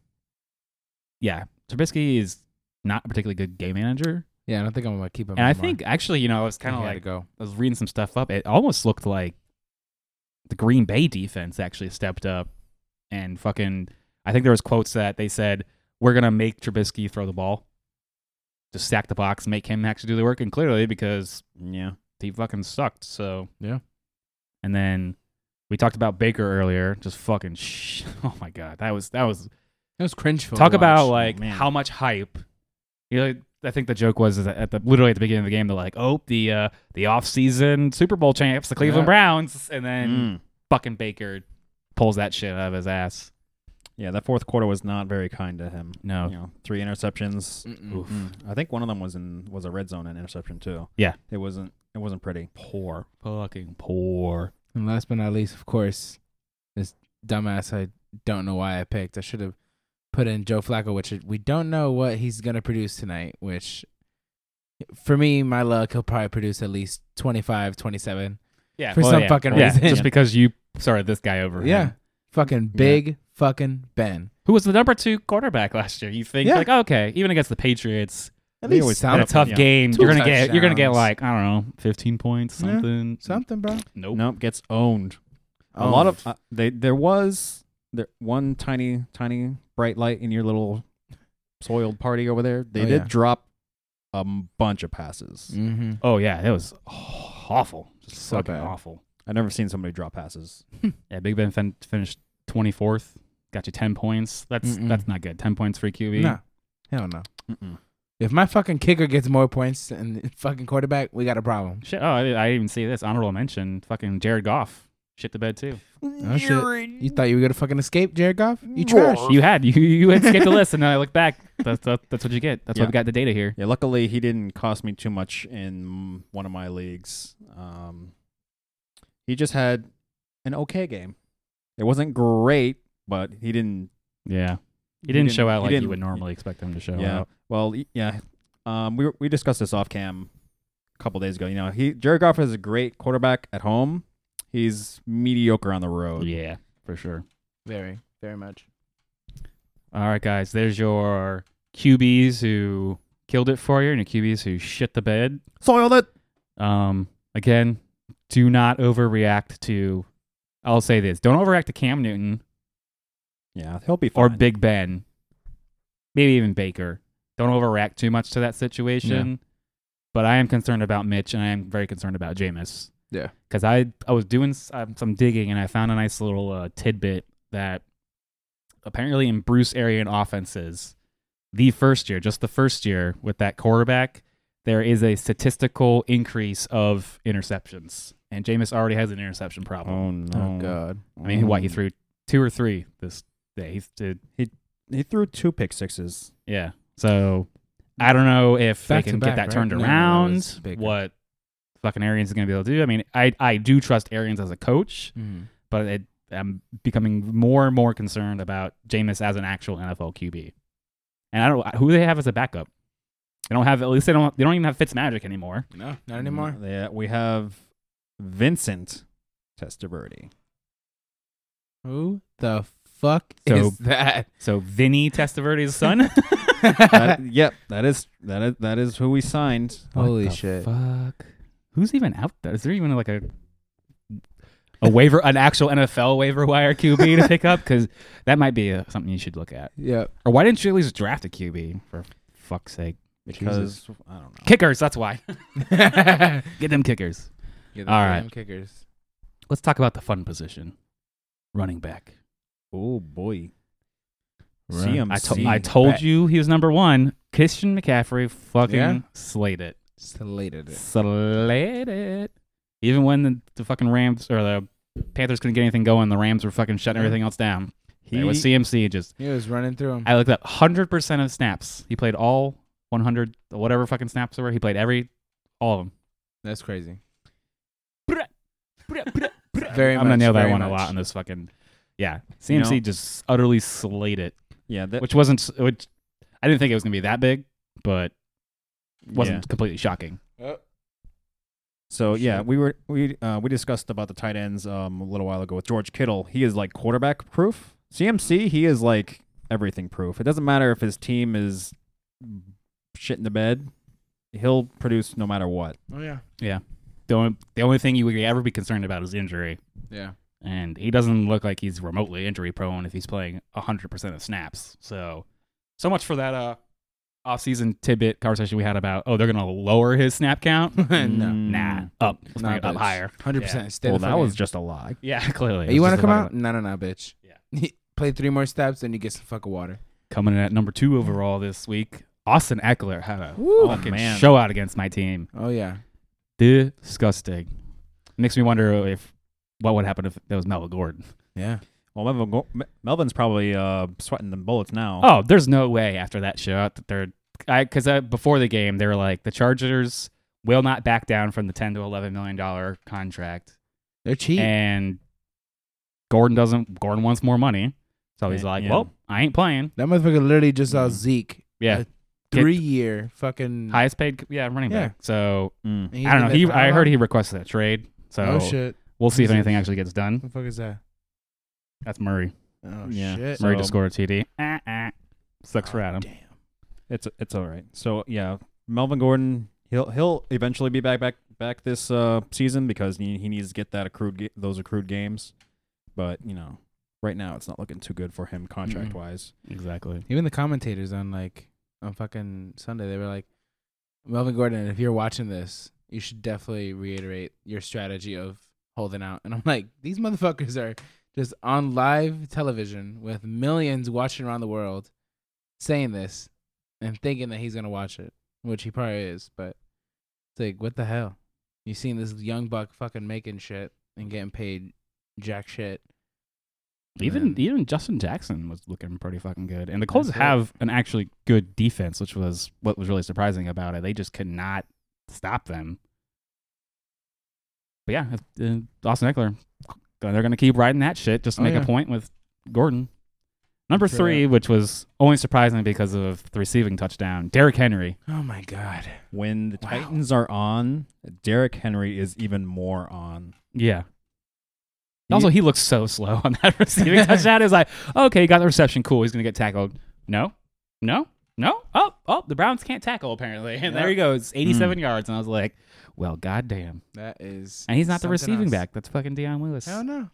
S2: yeah, Trubisky is not a particularly good game manager.
S3: Yeah, I don't think I'm gonna keep him.
S2: And I
S3: anymore.
S2: think actually, you know, I was kind
S3: He
S2: of
S3: had to
S2: like
S3: go.
S2: I was reading some stuff up. It almost looked like the Green Bay defense actually stepped up and fucking. I think there was quotes that they said we're gonna make Trubisky throw the ball, just stack the box, make him actually do the work, and clearly because
S1: yeah,
S2: he fucking sucked. So
S3: Yeah.
S2: And then we talked about Baker earlier, just fucking. Sh- <laughs> oh my god, that was that was
S3: That was cringe.
S2: talk about like
S1: man.
S2: how much hype. You know, I think the joke was is that at the literally at the beginning of the game, they're like, "Oh, the uh, the off season Super Bowl champs, the Cleveland
S3: Yeah.
S2: Browns," and then
S1: Mm.
S2: fucking Baker pulls that shit out of his ass.
S1: yeah. That fourth quarter was not very kind to him.
S2: No,
S1: You know, three interceptions.
S2: Oof.
S1: Mm. I think one of them was in was a red zone and interception too.
S2: Yeah.
S1: it wasn't it wasn't pretty.
S2: poor, fucking poor.
S3: And last but not least, of course, this dumbass I don't know why I picked. I should have put in Joe Flacco, which we don't know what he's gonna produce tonight. Which, for me, my luck, he'll probably produce at least 25, 27.
S2: Yeah,
S3: For some fucking
S2: yeah,
S3: reason.
S2: just because you started this guy over. him.
S3: Yeah, fucking
S1: Yeah.
S3: big, fucking Ben.
S2: who was the number two quarterback last year? You think
S3: Yeah.
S2: like okay, even against the Patriots,
S3: At
S1: They
S3: least
S1: always
S2: in
S3: sound
S2: a tough
S1: yeah.
S2: game,
S3: Two
S2: you're gonna get you're gonna get
S3: touchdowns.
S2: like I don't know, 15 points,
S3: Yeah.
S2: something.
S3: something, bro.
S2: Nope.
S1: Nope, gets owned. A
S3: Oh.
S1: lot of uh, they there was there one tiny tiny bright light in your little soiled party over there. They
S3: Oh,
S1: did
S3: yeah.
S1: drop a m- bunch of passes.
S3: Mm-hmm.
S2: Oh yeah, that was awful. Just
S3: So
S2: fucking
S3: bad.
S2: awful.
S1: I've never seen somebody drop passes.
S3: <laughs>
S2: Yeah, Big Ben fin- finished twenty fourth. Got you ten points. That's
S3: Mm-mm.
S2: that's not good. Ten points for a QB.
S3: No, hell no.
S1: Mm-mm.
S3: If my fucking kicker gets more points than the fucking quarterback, we got a problem.
S2: Shit. Oh, I, I didn't even see this honorable mention. Fucking Jared Goff. Shit the bed too.
S3: Oh, shit. You thought you were gonna fucking escape, Jared Goff? You trash.
S2: You had you you had skipped the list, and then I look back. That's that's, that's what you get. That's why
S1: Yeah.
S2: we got the data here.
S1: Yeah, luckily he didn't cost me too much in one of my leagues. Um, he just had an okay game. It wasn't great, but he didn't.
S2: Yeah, he didn't show out
S1: he
S2: like you
S1: didn't-
S2: would normally expect him to show
S1: yeah.
S2: out.
S1: Well, y- yeah. Um, we were- we discussed this off cam a couple days ago. You know, he Jared Goff is a great quarterback at home. He's mediocre on the road.
S2: Yeah, for sure.
S3: Very, very much.
S2: All right, guys. There's your QBs who killed it for you, and your QBs who shit the bed.
S1: Soiled it.
S2: Um, again, do not overreact to. I'll say this: don't overreact to Cam Newton
S1: Yeah, he'll be fine.
S2: or Big Ben, maybe even Baker. Don't overreact too much to that situation. But I am concerned about Mitch, and I am very concerned about Jameis.
S3: Yeah.
S2: because I I was doing s- um, some digging, and I found a nice little uh, tidbit that apparently in Bruce Arian offenses, the first year, just the first year with that quarterback, there is a statistical increase of interceptions, and Jameis already has an interception problem.
S1: Oh no.
S3: God.
S2: I mean, what
S3: Oh.
S2: he threw two or three this day. He did
S1: He threw two pick sixes.
S2: Yeah. So I don't know if
S3: Back
S2: they
S3: to
S2: can
S3: back,
S2: get that
S3: right?
S2: turned
S3: No, no, that was
S2: around.
S3: big.
S2: what fucking Arians is going to be able to do. I mean, I I do trust Arians as a coach,
S3: Mm-hmm.
S2: but it, I'm becoming more and more concerned about Jameis as an actual NFL QB. And I don't who they have as a backup. They don't have at least they don't they don't even have Fitzmagic anymore.
S3: No, not anymore.
S1: Mm, Yeah, we have Vincent
S2: <laughs>
S1: Testaverde.
S3: Who the fuck
S2: So- <laughs>
S3: is that?
S2: So Vinny Testaverde's
S3: <laughs>
S2: son.
S1: That- yep, that is that is that is who we signed.
S3: Holy
S2: What the
S3: shit.
S2: Fuck. Who's even out there? Is there even like a a waiver, an actual NFL waiver wire QB to pick up because that might be uh something you should look at.
S3: Yeah. <laughs>
S2: Or why didn't you at least draft a QB for fuck's sake?
S1: because I don't know.
S2: Kickers, that's why.
S3: Get
S2: <laughs> Get them kickers.
S3: the
S2: All right.
S3: damn Kickers.
S2: Let's talk about the fun position, running back.
S1: Oh boy,
S3: Run.
S1: see him.
S2: I, to- I told you he was number one. Christian McCaffrey fucking
S3: Yeah?
S2: slayed it.
S3: Slated it.
S2: Slayed it. Even when the, the fucking Rams or the Panthers couldn't get anything going, the Rams were fucking shutting everything else down.
S1: He
S2: it was CMC just
S3: He was running through him.
S2: I looked up 100% of snaps. He played all 100, whatever fucking snaps there were. He played every, all of them.
S3: That's crazy.
S2: I'm
S3: Very
S2: going to
S3: much,
S2: nail that
S3: very
S2: one a
S3: much.
S2: lot in this fucking, yeah. CMC
S1: know-
S2: just utterly slayed it,
S1: yeah. That
S2: which wasn't, which I didn't think it was going to be that big, but wasn't
S1: yeah.
S2: completely shocking.
S3: Oh,
S1: So yeah,
S3: Shit.
S1: we were we uh, we discussed about the tight ends um, a little while ago with George Kittle. He is like quarterback proof. CMC, he is like everything proof. It doesn't matter if his team is shit in the bed. He'll produce no matter what.
S3: Oh yeah.
S2: The only, the only thing you would ever be concerned about is injury. <laughs>
S3: Yeah.
S2: And he doesn't look like he's remotely injury prone if he's playing 100% of snaps. So, so much for that uh, off-season tidbit conversation we had about, oh, they're going to lower his snap count.
S3: no.
S1: Mm.
S2: Uh, Nah, up. Let's
S3: Nah,
S2: bring it up
S3: bitch.
S2: higher.
S3: Hundred percent. Stay
S1: Well,
S3: the
S1: that
S3: fuck
S1: was
S3: in.
S1: just a lie.
S2: Yeah, <laughs> clearly.
S3: Hey, you
S2: want to
S3: come out? No, no, no, bitch. Yeah. <laughs> Play three more steps, and you get some fuck of water.
S2: Coming in at number two overall this week, Austin Eckler had a
S1: Oh,
S2: fucking
S1: man.
S2: show out against my team.
S3: Oh yeah.
S2: Disgusting. Makes me wonder if what would happen if that was Melvin Gordon.
S3: Yeah.
S1: Well, Melvin, Go- Me- Melvin's probably uh, sweating the bullets now.
S2: Oh, there's no way after that show out that they're I because uh, before the game they were like the Chargers will not back down from the ten to eleven million dollar contract,
S3: They're cheap.
S2: and Gordon doesn't. Gordon wants more money, so he's
S1: Yeah,
S2: like,
S1: yeah.
S2: "Well, I ain't playing."
S3: that motherfucker literally just saw
S1: Mhm.
S3: Zeke,
S2: Yeah,
S3: Uh,
S2: Get-
S3: three year fucking.
S2: highest paid, yeah, running
S3: Yeah.
S2: back. So
S1: Mm.
S3: and he's
S2: I don't know.
S3: been there
S2: He,
S3: for
S2: I
S3: how
S2: heard he
S3: long?
S2: requested a trade. So
S3: Oh shit.
S2: we'll see if
S3: Jesus.
S2: anything actually gets done.
S3: What the fuck is that?
S2: That's Murray.
S3: Oh
S1: Yeah.
S3: shit.
S2: Murray
S1: So-
S2: to score a TD. Ah, ah. Sucks for
S3: Oh,
S2: Adam.
S3: Damn.
S1: It's it's all right. So yeah, Melvin Gordon, he'll he'll eventually be back back back this uh, season because he, he needs to get that accrued ga- those accrued games. But you know, right now it's not looking too good for him contract wise.
S2: Exactly.
S3: Even the commentators on like on fucking Sunday, they were like, Melvin Gordon, if you're watching this, you should definitely reiterate your strategy of holding out. And I'm like, these motherfuckers are just on live television with millions watching around the world saying this and thinking that he's gonna watch it, which he probably is, but it's like, what the hell? You seen this young buck fucking making shit and getting paid jack shit.
S2: Even
S3: Man.
S2: even Justin Jackson was looking pretty fucking good. And the Colts
S3: That's it.
S2: have an actually good defense, which was what was really surprising about it. They just could not stop them. But yeah, uh, Austin Eckler, they're going to keep riding that shit just to
S3: Oh,
S2: make
S3: yeah.
S2: a point with Gordon. Number
S3: Sure.
S2: three, which was only surprising because of the receiving touchdown, Derrick Henry.
S3: Oh my god.
S1: When the
S3: Wow.
S1: Titans are on, Derrick Henry is even more on.
S2: Yeah. also, he looks so slow <laughs> on that receiving
S3: <laughs>
S2: touchdown. It's like, okay, he got the reception. Cool. He's going to get tackled. No, no, no. Oh, oh, the Browns can't tackle, apparently. <laughs> And there he goes,
S3: Hmm.
S2: 87 yards. And I was like, well, goddamn.
S3: That is
S2: And he's not the
S3: something
S2: receiving
S3: else.
S2: back. That's fucking Deion Lewis.
S3: Hell no.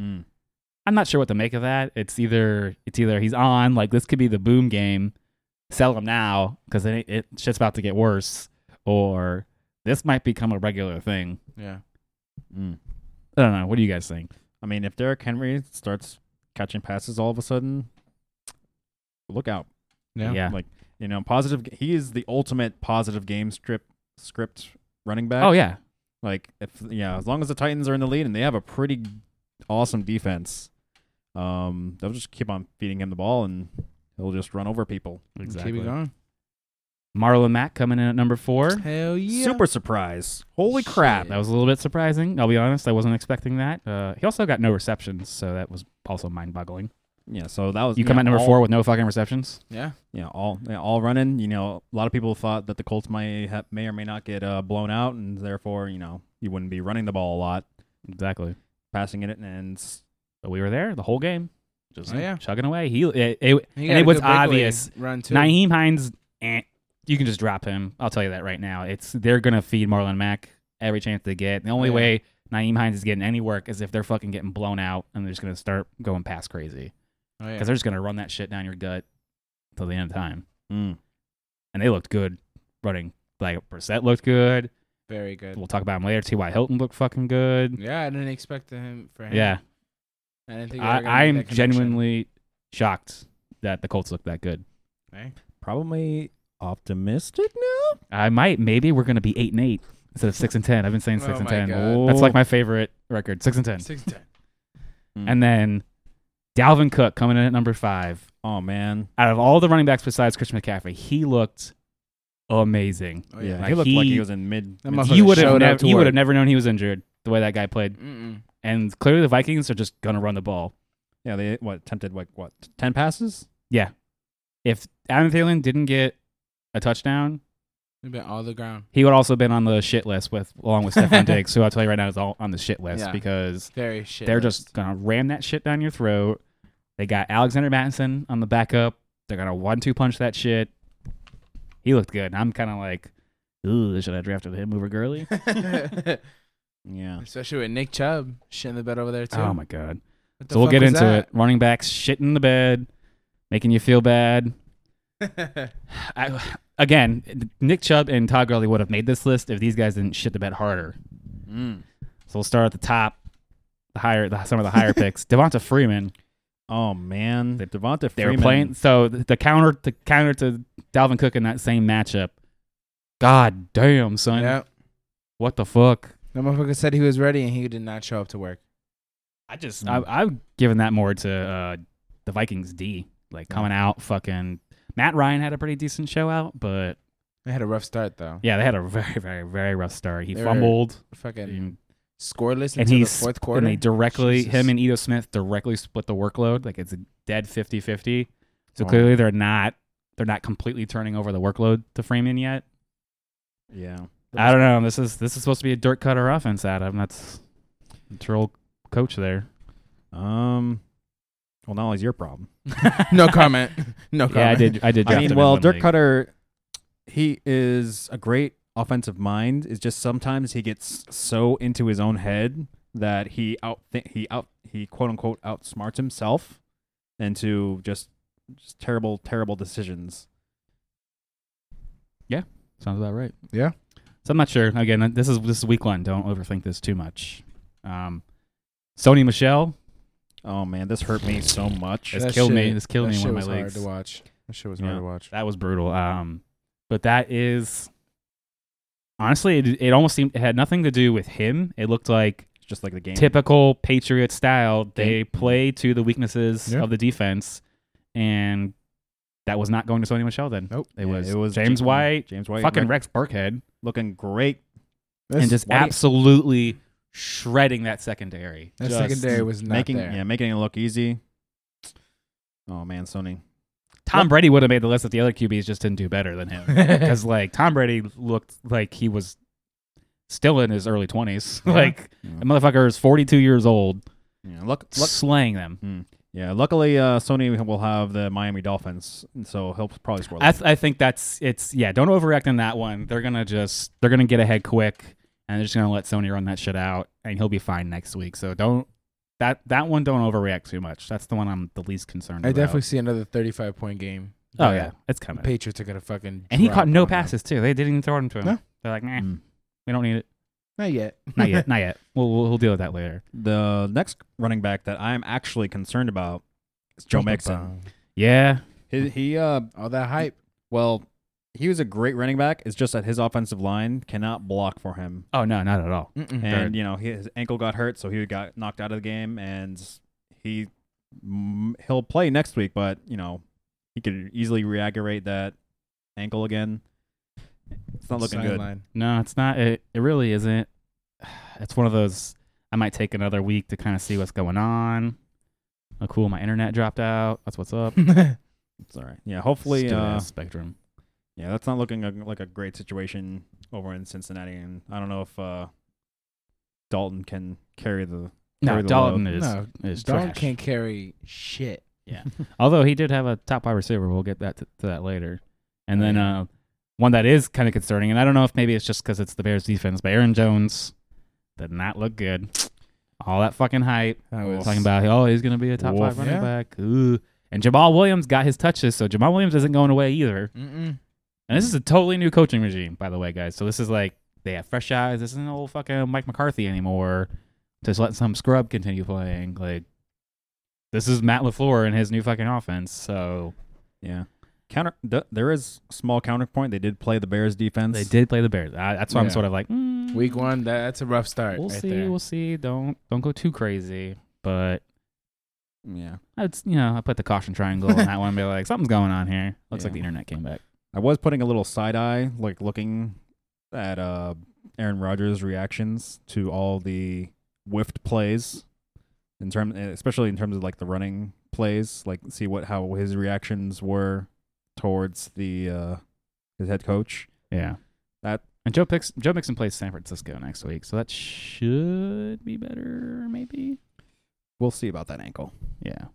S1: Mm.
S2: I'm not sure what to make of that. It's either it's either he's on, like this could be the boom game, sell him now because it, it shit's about to get worse, or this might become a regular thing.
S3: Yeah.
S1: Mm.
S2: I don't know. What do you guys think?
S1: I mean, if Derrick Henry starts catching passes all of a sudden, look out.
S3: Yeah.
S1: Like you know, positive. He is the ultimate positive game strip script running back.
S2: Oh yeah.
S1: Like if yeah, as long as the Titans are in the lead and they have a pretty awesome defense, um, they'll just keep on feeding him the ball and he'll just run over people.
S3: Keep it going.
S2: Marlon Mack coming in at number four.
S3: Hell yeah.
S1: Super surprise! Holy
S3: Shit.
S1: crap!
S2: That was a little bit surprising. I'll be honest, I wasn't expecting that. Uh, he also got no receptions, so that was also mind-boggling.
S1: Yeah, so that was
S2: You come
S1: yeah,
S2: at number
S1: all-
S2: four with no fucking receptions.
S3: Yeah.
S1: Yeah, all yeah, all running. You know, a lot of people thought that the Colts may ha- may or may not get uh, blown out, and therefore you know you wouldn't be running the ball a lot,
S2: Exactly.
S1: passing it, and s-
S2: But we were there the whole game, just
S3: Oh, yeah.
S2: chugging away. He it, it,
S3: He
S2: And
S3: got
S2: it
S3: a
S2: was
S3: good breakaway
S2: obvious.
S3: Run too.
S2: Naheem Hines. Eh, you can just drop him. I'll tell you that right now. It's they're gonna feed Marlon Mack every chance they get. The only
S3: Yeah.
S2: way Naeem Hines is getting any work as if they're fucking getting blown out and they're just gonna start going past crazy
S3: Oh,
S2: because
S3: yeah.
S2: they're just gonna run that shit down your gut till the end of time.
S1: Mm.
S2: And they looked good running. Like Brissett looked good.
S3: Very good.
S2: We'll talk about him later. T.Y. Hilton looked fucking good.
S3: Yeah, I didn't expect him for him.
S2: Yeah,
S3: I didn't think. they were gonna
S2: I,
S3: make
S2: I'm
S3: that connection.
S2: genuinely shocked that the Colts looked that good.
S3: Hey.
S1: Probably optimistic now.
S2: I might. Maybe we're gonna be eight and eight instead of six and ten. I've been saying six
S3: Oh
S2: and
S3: my
S2: ten.
S3: God.
S2: That's like my favorite record. Six and ten.
S3: Six ten.
S2: And then Dalvin Cook coming in at number five.
S1: oh man,
S2: Out of all the running backs besides Christian McCaffrey, he looked amazing.
S3: Oh,
S1: yeah,
S2: Like,
S1: he looked like
S2: he-
S1: he was in mid.
S3: That
S1: mid-
S3: motherfucker
S2: You would have
S3: showed up
S2: nev-
S3: to
S2: you would
S3: work.
S2: have never known he was injured the way that guy played.
S3: Mm-mm.
S2: And clearly the Vikings are just gonna run the ball.
S1: yeah, they what attempted like what ten passes?
S2: If Adam Thielen didn't get a touchdown,
S3: They've been all the ground.
S2: he would also been on the shit list with along with
S3: <laughs>
S2: Stefan Diggs, who I'll tell you right now is all on the shit list
S3: Yeah.
S2: because
S3: Very shit.
S2: They're
S3: list.
S2: just gonna ram that shit down your throat. They got Alexander Mattinson on the backup. They're gonna one-two punch that shit. He looked good. And I'm kind of like, ooh, should I drafted him over Gurley?
S1: Yeah,
S3: <laughs> Especially with Nick Chubb shitting the bed over there too.
S2: oh my god.
S3: What the
S2: So we'll
S3: fuck
S2: get
S3: was
S2: into it. Running backs shitting the bed, making you feel bad.
S3: <laughs> that?
S2: I, again, Nick Chubb and Todd Gurley would have made this list if these guys didn't shit the bed harder. Mm. So we'll start at the top, the higher, the, some of the higher picks. Devonta Freeman.
S1: Oh man,
S2: They-
S1: Devonta
S2: They
S1: Freeman.
S2: were playing. So th- the counter, the counter to Dalvin Cook in that same matchup. God damn, son!
S3: yeah.
S2: What the fuck?
S3: That motherfucker said he was ready and he did not show up to work.
S2: I just,
S1: Mm.
S2: I, I've given that more to uh, the Vikings D, like coming out fucking. Matt Ryan had a pretty decent show out, but
S3: They had a rough start though.
S2: yeah, they had a very, very, very rough start. He
S3: They were-
S2: fumbled,
S3: Fucking
S2: and,
S3: scoreless
S2: and
S3: until
S2: he
S3: the
S2: sp-
S3: fourth quarter.
S2: and they directly
S3: Jesus.
S2: him and Edo Smith directly split the workload. Like it's a dead 50-50. So
S1: Oh.
S2: clearly they're not, they're not completely turning over the workload to Freeman yet.
S1: Yeah,
S2: I don't know. This is this is supposed to be a dirt cutter offense, Adam. That's the troll coach there.
S1: Um, well, now is your problem.
S3: <laughs> no
S2: <laughs>
S3: comment. No comment.
S2: Yeah, I
S3: <laughs>
S2: did. I did. Draft
S1: I mean,
S2: him
S1: well,
S2: in one
S1: Dirk
S2: league.
S1: Cutter, he is a great offensive mind. It's just sometimes he gets so into his own head that he out he out he quote unquote outsmarts himself into just just terrible terrible decisions.
S2: sounds about right.
S3: Yeah.
S2: So I'm not sure. Again, this is this is week one. Don't overthink this too much. Um, Sony Michelle
S1: Oh man, this hurt me so much.
S2: has
S3: That
S2: killed me.
S3: shit-
S2: This killed
S3: that
S2: me in
S3: shit
S2: one
S3: was
S2: of my
S3: hard
S2: leagues.
S3: to watch. That shit was
S1: Yeah.
S3: hard to watch.
S2: That was brutal. Um, but that is honestly, it, it almost seemed it had nothing to do with him. It looked like
S1: It's just like the game.
S2: typical Patriot style. They
S1: Game.
S2: play to the weaknesses
S3: Yeah.
S2: of the defense, and that was not going to Sony Michelle then.
S3: Nope.
S2: It was,
S1: it was
S2: James
S1: Ja-
S2: White,
S1: James White,
S2: fucking
S1: rec-
S2: Rex Burkhead,
S1: looking great.
S2: and just
S1: why do you-
S2: absolutely shredding that secondary.
S3: that
S2: Just
S3: secondary was not
S1: making
S3: there.
S1: yeah,
S2: <laughs>
S3: <laughs>
S1: making it look easy. Oh man, Sony.
S2: Tom Brady would have made the list if the other QBs just didn't do better than him. Because like Tom Brady looked like he was still in his early twenties. <laughs>
S1: Yeah.
S2: Like
S1: Yeah.
S2: the motherfucker is forty two years old,
S1: Yeah, look, look,
S2: slaying them.
S1: Yeah, luckily uh, Sony will have the Miami Dolphins, so he'll probably score.
S2: I, th- I think that's it's yeah. Don't overreact on that one. They're gonna just they're gonna get ahead quick, and they're just gonna let Sony run that shit out, and he'll be fine next week. So don't that that one don't overreact too much. That's the one I'm the least concerned.
S3: I
S2: about.
S3: definitely see another 35 point game.
S2: Oh
S3: that
S2: yeah, it's coming.
S3: Patriots are gonna fucking.
S2: and he
S3: drop
S2: caught no
S3: on them.
S2: passes too. They didn't even throw them to him.
S3: No.
S2: They're like, nah,
S1: Mm.
S2: we don't
S3: <laughs>
S2: need it.
S3: Not yet.
S2: Not
S3: <laughs>
S2: yet. Not yet. We'll, we'll we'll deal with that later.
S1: the next running back that I'm actually concerned about is Joe Mixon.
S2: Yeah.
S1: He, he uh,
S3: All that hype.
S1: well, he was a great running back. It's just that his offensive line cannot block for him,
S2: Oh no, not at all.
S1: and you know his ankle got hurt, so he got knocked out of the game, and he mm, he'll play next week, but you know he could easily reaggravate that ankle again. It's not looking good.
S3: Sideline.
S2: No, it's not. It it really isn't. <sighs> It's one of those. I might take another week to kind of see what's going on. Oh, cool. My internet dropped out. That's what's up.
S3: <laughs>
S1: It's all right. Yeah, hopefully.
S2: Stupid ass
S1: Uh,
S2: spectrum.
S1: Yeah, that's not looking a, like a great situation over in Cincinnati, and I don't know if uh, Dalton can carry the.
S2: No,
S1: carry the
S2: Dalton
S1: load.
S2: is
S3: no,
S2: is
S3: Dalton
S2: trash.
S3: can't carry shit.
S2: Although he did have a top wide receiver, we'll get that to, to that later. And then
S3: Oh, Yeah.
S2: uh, one that is kind of concerning, and I don't know if maybe it's just because it's the Bears defense, but Aaron Jones Did not look good. All that fucking hype.
S3: I was
S2: Talking about, oh, he's going to be a top
S1: Wolf.
S2: five running
S3: Yeah.
S2: back. Ooh. And Jamal Williams got his touches, so Jamal Williams isn't going away either.
S3: Mm-mm.
S2: And this is a totally new coaching regime, by the way, guys. So this is like they have fresh eyes. This isn't old fucking Mike McCarthy anymore. Just letting some scrub continue playing. Like this is Matt LaFleur and his new fucking offense. So
S1: Yeah. Counter. Th- there is small counterpoint. They did play the Bears defense.
S2: they did play the Bears. I, that's why I'm
S3: Yeah.
S2: sort of like mm,
S3: Week one, that, that's a rough start.
S2: We'll
S3: right
S2: see.
S3: there.
S2: We'll see. Don't don't go too crazy. But
S1: Yeah.
S2: I'd you know I put the caution triangle on that one. and Be like something's going on here. Looks
S1: Yeah.
S2: like the internet came back.
S1: I was putting a little side eye, like looking at uh, Aaron Rodgers' reactions to all the whiffed plays, in term, especially in terms of like the running plays, like see what how his reactions were towards the uh, his head coach.
S2: Yeah.
S1: That-
S2: and Joe Pix, Joe Mixon plays San Francisco next week, so that should be better, maybe.
S1: We'll see about that ankle.
S2: Yeah.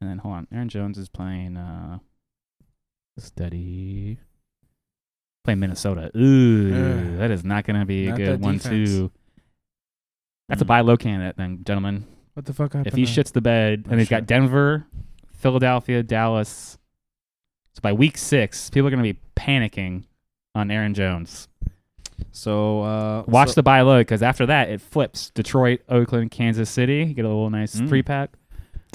S2: And then hold on, Aaron Jones is playing uh study playing Minnesota. Ooh,
S3: Ugh.
S2: that is not gonna be a
S3: Not
S2: good
S3: that
S2: one
S3: defense.
S2: too. That's a
S1: Mm.
S2: buy low candidate then, gentlemen.
S3: What the fuck happened?
S2: if he
S3: to-
S2: shits the bed,
S3: Oh,
S2: and he's got
S3: shit.
S2: Denver, Philadelphia, Dallas. So by week six, people are gonna be panicking on Aaron Jones.
S1: So uh,
S2: Watch
S1: so-
S2: the buy low because after that it flips. Detroit, Oakland, Kansas City. You get a little nice
S1: Mm.
S2: three pack.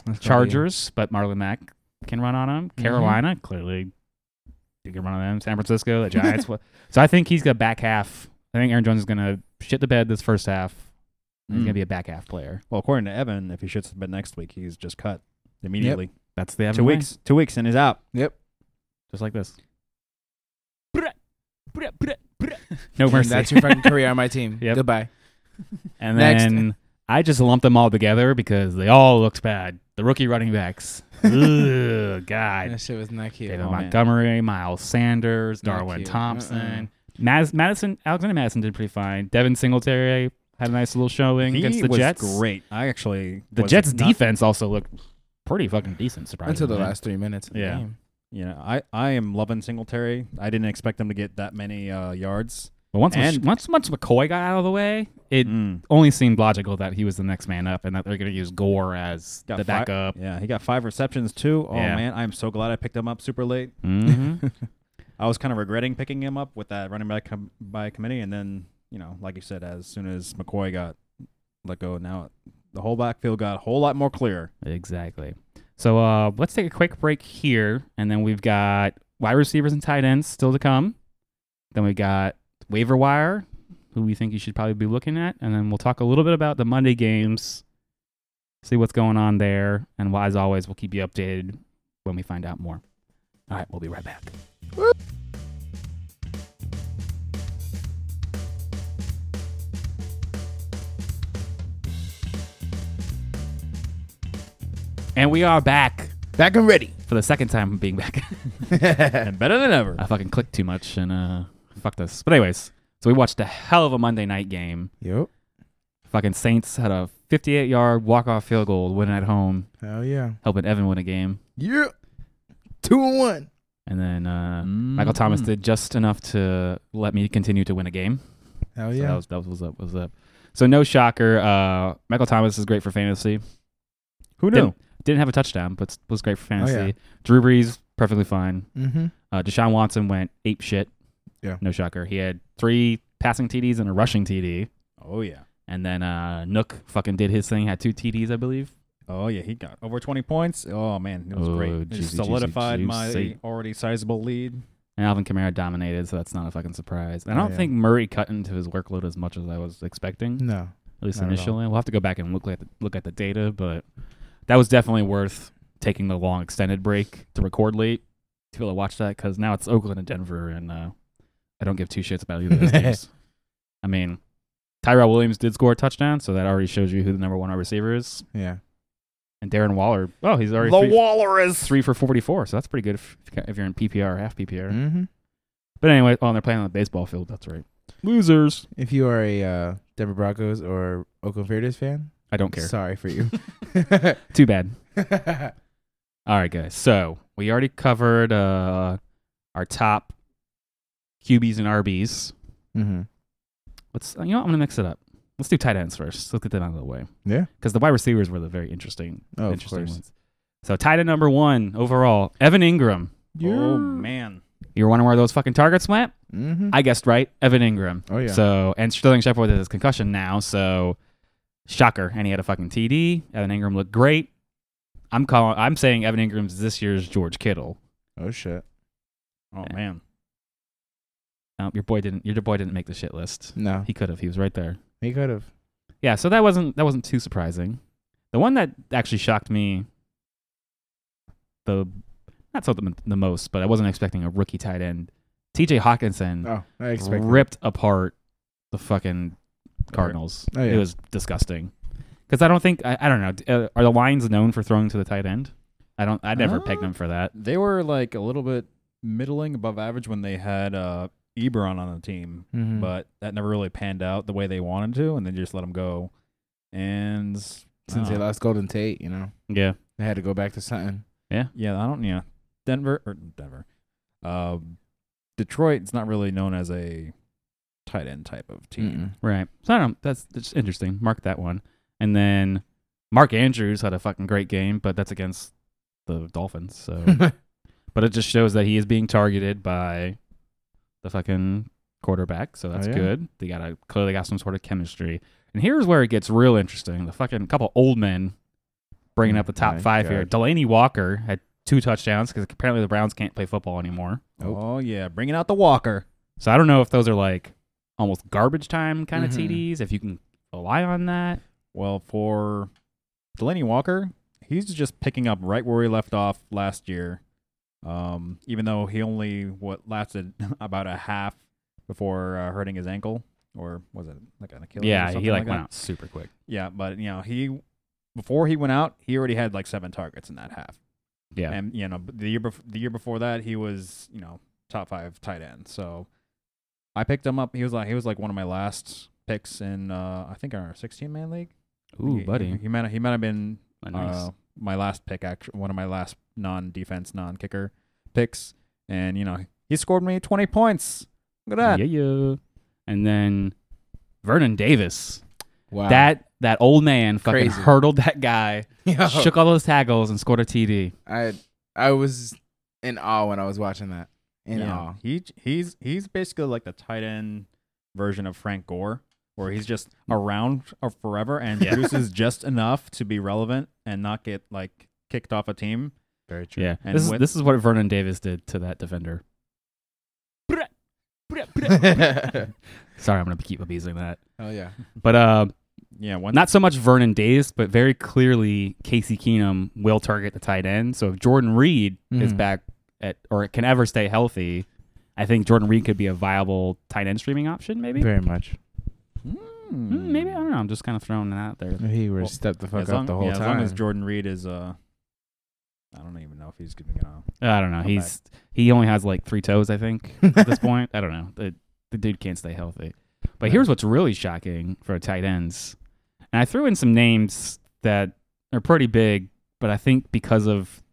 S3: That's probably-
S2: Chargers, but Marlon Mack can run on him.
S3: Mhm.
S2: Carolina, clearly, you can run on them. San Francisco,
S3: <laughs>
S2: the Giants. Wha- so I think he's got back half. I think Aaron Jones is going to shit the bed this first half. and He's
S1: Mm.
S2: going to be a back half player.
S1: well, according to Evan, if he shits the bed next week, he's just cut immediately.
S2: That's the
S1: Two weeks, two weeks, and he's out.
S2: just like this. No mercy.
S3: And that's your fucking career on my team.
S2: Yep.
S3: Goodbye.
S2: <laughs> And
S3: Next.
S2: then I just lumped them all together because they all looked bad. The rookie running
S3: <laughs>
S2: backs. Ugh, God.
S3: that shit was not cute.
S2: David
S1: Oh, man.
S2: Montgomery, Miles Sanders,
S3: Not
S2: Darwin
S3: cute.
S2: Thompson, Madis- Madison, Alexander Madison did pretty fine. Devin Singletary had a nice little showing
S1: He
S2: against the
S1: was
S2: Jets.
S1: great. I actually
S2: The
S1: was
S2: Jets
S1: not-
S2: defense also looked pretty fucking decent, surprisingly.
S3: Until the last three minutes. Of the
S2: Yeah.
S3: game.
S1: You know, I, I am loving Singletary. I didn't expect him to get that many uh, yards.
S2: But once,
S1: And- Mm.
S2: once once McCoy got out of the way, it only seemed logical that he was the next man up and that they're going to use Gore as
S1: Got
S2: the
S1: fi-
S2: backup.
S1: Yeah, he got five receptions too. Oh
S2: Yeah.
S1: man, I'm so glad I picked him up super late. Mm-hmm.
S2: Mhm.
S1: I was kind of regretting picking him up with that running back com- by committee, and then you know, like you said, as soon as McCoy got let go, now the whole backfield got a whole lot more clear.
S2: Exactly. So uh, let's take a quick break here, and then we've got wide receivers and tight ends still to come. Then we got waiver wire, who we think you should probably be looking at, and then we'll talk a little bit about the Monday games, see what's going on there, and well, as always, we'll keep you updated when we find out more. All right, we'll be right back. And we are back
S3: Back and ready.
S2: for the second time being back.
S1: <laughs>
S2: <laughs>
S1: and better than ever.
S2: I fucking clicked too much and uh fucked us. But anyways, so we watched a hell of a Monday night game.
S3: Yep.
S2: Fucking Saints had a 58 yard walk off field goal to win at home,
S3: Hell yeah.
S2: helping Evan win a game.
S3: Yeah. Two and one.
S2: And then uh, Michael Thomas did just enough to let me continue to win a game.
S3: Hell
S2: So
S3: yeah.
S2: that was that was what's up. What was up? So no shocker. Uh, Michael Thomas is great for fantasy.
S1: Who knew?
S2: Didn't, didn't have a touchdown, but s- was great for
S3: Oh, yeah.
S2: fantasy. Drew Brees perfectly fine.
S3: mm-hmm.
S2: Uh, Deshaun Watson went ape shit.
S3: Yeah.
S2: No shocker. He had three passing TDs and a rushing TD.
S1: Oh yeah.
S2: And then uh, Nook fucking did his thing. Had two TDs, I believe.
S1: Oh yeah, he got over 20 points. Oh man, it was
S2: Oh,
S1: great. It just
S2: juicy, juicy,
S1: solidified my
S2: juicy.
S1: already sizable lead.
S2: And Alvin Kamara dominated, so that's not a fucking surprise. And I
S3: Oh,
S2: don't
S3: yeah.
S2: think Murray cut into his workload as much as I was expecting,
S3: No.
S2: at least
S3: not at all.
S2: initially. We'll have to go back and look at the, look at the data, but that was definitely worth taking the long extended break to record late to be able to watch that because now it's Oakland and Denver, and uh, I don't give two shits about
S3: <laughs>
S2: either of those teams. I mean, Tyrell Williams did score a touchdown, so that already shows you who the number one receiver is.
S3: Yeah.
S2: And Darren Waller, oh, he's already three,
S1: Waller is
S2: three for 44, so that's pretty good if, if you're in PPR or half PPR.
S3: Mm-hmm.
S2: But anyway, oh, and they're playing on the baseball field. That's right. Losers.
S3: If you are a uh, Denver Broncos or Oakland Raiders fan,
S2: I don't care. <laughs>
S3: sorry for you. <laughs>
S2: Too bad. All right, guys. So we already covered uh, our top QBs and RBs.
S3: mm-hmm.
S2: Let's. You know, what? I'm gonna mix it up. Let's do tight ends first. Let's get them out of the way
S4: Yeah.
S2: because the wide receivers were the very interesting,
S4: Oh, of
S2: interesting
S4: course.
S2: ones. So tight end number one overall, Evan Ingram.
S1: Oh man,
S2: You were wondering where those fucking targets went?
S4: Mm-hmm.
S2: I guessed right. Evan Ingram.
S4: oh yeah.
S2: So and Sterling Shepard with his concussion now, so shocker. And he had a fucking TD. Evan Ingram looked great. I'm calling. I'm saying Evan Ingram's this year's George Kittle.
S4: oh shit.
S1: oh man.
S2: Um, your boy didn't. Your boy didn't make the shit list.
S4: No,
S2: He could have. He was right there.
S4: he could have.
S2: Yeah. So that wasn't that wasn't too surprising. The one that actually shocked me, the not so the, the most, but I wasn't expecting a rookie tight end, T.J. Hawkinson,
S4: Oh, I expected.
S2: ripped apart the fucking Cardinals.
S4: Oh, yeah.
S2: It was disgusting. Because I don't think I, I don't know. d- Uh, are the Lions known for throwing to the tight end? I don't. I never
S1: Uh,
S2: pegged them for that.
S1: They were like a little bit middling above average when they had uh, Ebron on the team,
S3: Mm-hmm.
S4: Mhm.
S1: but that never really panned out the way they wanted to, and they just let him go. And
S3: Since they
S1: uh,
S3: lost Golden Tate, you know,
S2: Yeah.
S3: they had to go back to something.
S1: yeah, I don't. Yeah, Denver or Denver, uh, Detroit is not really known as a tight end type of team.
S3: Mm-mm.
S2: Right. So I don't. know. That's that's interesting. Mark that one. And then Mark Andrews had a fucking great game, but that's against the Dolphins. So, but it just shows that he is being targeted by the fucking quarterback. So that's
S4: yeah.
S2: good. They got a clearly got some sort of chemistry. And here's where it gets real interesting. The fucking couple old men bringing up the top
S4: My
S2: five here.
S4: God.
S2: Delaney Walker had two touchdowns because apparently the Browns can't play football anymore.
S4: Nope.
S1: Oh yeah, bringing out the Walker.
S2: So I don't know if those are like almost garbage time kind of
S3: Mhm.
S2: TDs. If you can rely on that.
S1: Well, for Delaney Walker, he's just picking up right where he left off last year. Um, even though he only what lasted <laughs> about a half before uh, hurting his ankle, or was it like an Achilles? or
S2: Yeah,
S1: something
S2: he like,
S1: that?
S2: went out super quick.
S1: Yeah, but you know he before he went out, he already had like seven targets in that half.
S2: Yeah.
S1: And you know b- the year bef- the year before that, he was you know top five tight end. So I picked him up. He was like he was like one of my last picks in uh, I think our sixteen man league.
S2: Ooh,
S1: He- He,
S2: buddy.
S1: he might he might have been
S2: nice.
S1: uh, my last pick, actually, one of my last non-defense, non-kicker picks, and you know he scored me 20 points. Look at that.
S2: Yeah, yeah. And then Vernon Davis.
S3: <laughs> Wow.
S2: That that old man fucking
S3: Crazy. Oh.
S2: hurdled that guy,
S3: <laughs> Yo,
S2: shook all those tackles, and scored a TD.
S3: I I was in awe when I was watching that. In
S1: Yeah.
S3: awe.
S1: He he's he's basically like the tight end version of Frank Gore, where he's just around or forever and
S2: Yeah. <laughs>
S1: produces just enough to be relevant and not get like kicked off a team.
S3: Very <laughs> true.
S2: Yeah,
S1: And
S2: this is
S1: with-
S2: this is what Vernon Davis did to that defender. <laughs> Sorry, I'm gonna keep abusing that.
S3: oh yeah.
S2: But uh,
S1: Yeah, one
S2: not so much Vernon Davis, but very clearly Casey Keenum will target the tight end. So if Jordan Reed is
S3: Mhm.
S2: back at or can ever stay healthy, I think Jordan Reed could be a viable tight end streaming option. Maybe,
S3: Very much.
S1: Hmm.
S2: Mm, maybe I don't know. I'm just kind of throwing it out there.
S3: He were
S1: Well,
S3: stepped the fuck
S1: as
S3: up
S1: long,
S3: the whole
S1: yeah, as
S3: time.
S1: long as Jordan Reed is uh, I don't even know if he's gonna.
S2: I don't know.
S1: Come
S2: He's he only has like three toes, I think, at this
S3: <laughs>
S2: point. I don't know. The the dude can't stay healthy. But here's what's really shocking for tight ends. And I threw in some names that are pretty big, but I think because of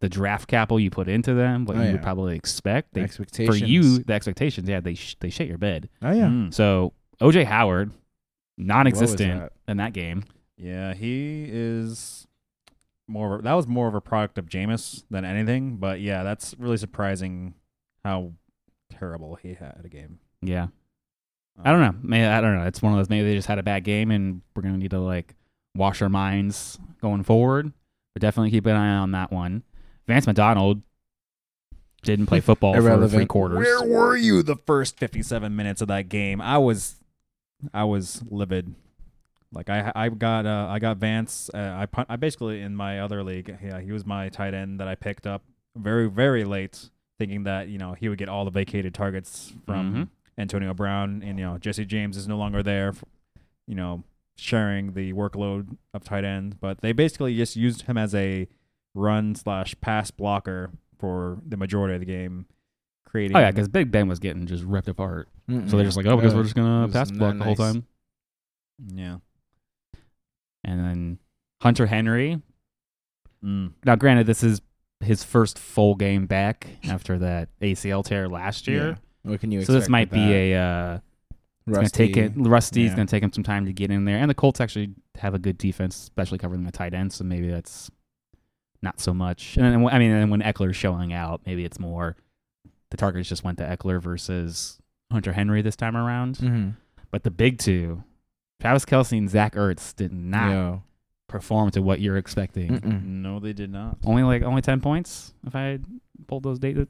S2: the draft capital you put into them, what
S4: Oh,
S2: you
S4: yeah.
S2: would probably expect, they, for
S3: Expectations
S2: you, the expectations, yeah, they sh- they shit your bed.
S4: Oh yeah.
S1: Mm.
S2: So OJ Howard, non-existent
S4: What was
S2: in that game.
S1: Yeah, he is more. Of a, that was more of a product of Jameis than anything. But yeah, that's really surprising how terrible he had a game.
S2: Yeah, I don't know. Maybe I don't know. It's one of those. Maybe they just had a bad game, and we're gonna need to like wash our minds going forward. But definitely keep an eye on that one. Vance McDonald didn't
S3: <laughs>
S2: play football for
S3: Irrelevant.
S2: three quarters.
S1: Where were you the first fifty-seven minutes of that game? I was, I was livid. Like I, I got, uh, I got Vance. Uh, I, pun- I basically in my other league, yeah, he was my tight end that I picked up very, very late, thinking that you know he would get all the vacated targets from
S2: Mhm.
S1: Antonio Brown, and you know Jesse James is no longer there, f- you know, sharing the workload of tight end. But they basically just used him as a run slash pass blocker for the majority of the game, creating.
S2: Oh yeah, because Big Ben was getting just ripped apart.
S3: Mm-mm.
S2: So they're just like, oh, because
S3: Uh,
S2: we're just gonna
S3: it was
S2: pass
S3: not
S2: block the whole
S3: nice.
S2: time.
S1: yeah,
S2: And then Hunter Henry.
S1: mm.
S2: Now, granted, this is his first full game back after that ACL tear last year.
S3: What can you
S2: So this
S3: expect
S2: might
S3: with
S2: be
S3: that?
S2: a uh, It's going to take it rusty. It's going to take him some time to get in there. And the Colts actually have a good defense, especially covering the tight end. So maybe that's not so much. And then, I mean, and when Eckler's showing out, maybe it's more the targets just went to Eckler versus Hunter Henry this time around.
S1: Mm.
S3: Mm-hmm.
S2: But the big two, Travis Kelsey and Zach Ertz, did not perform to what you're expecting.
S1: Mm. No, they did not.
S2: Only like only ten points. If I pulled those data,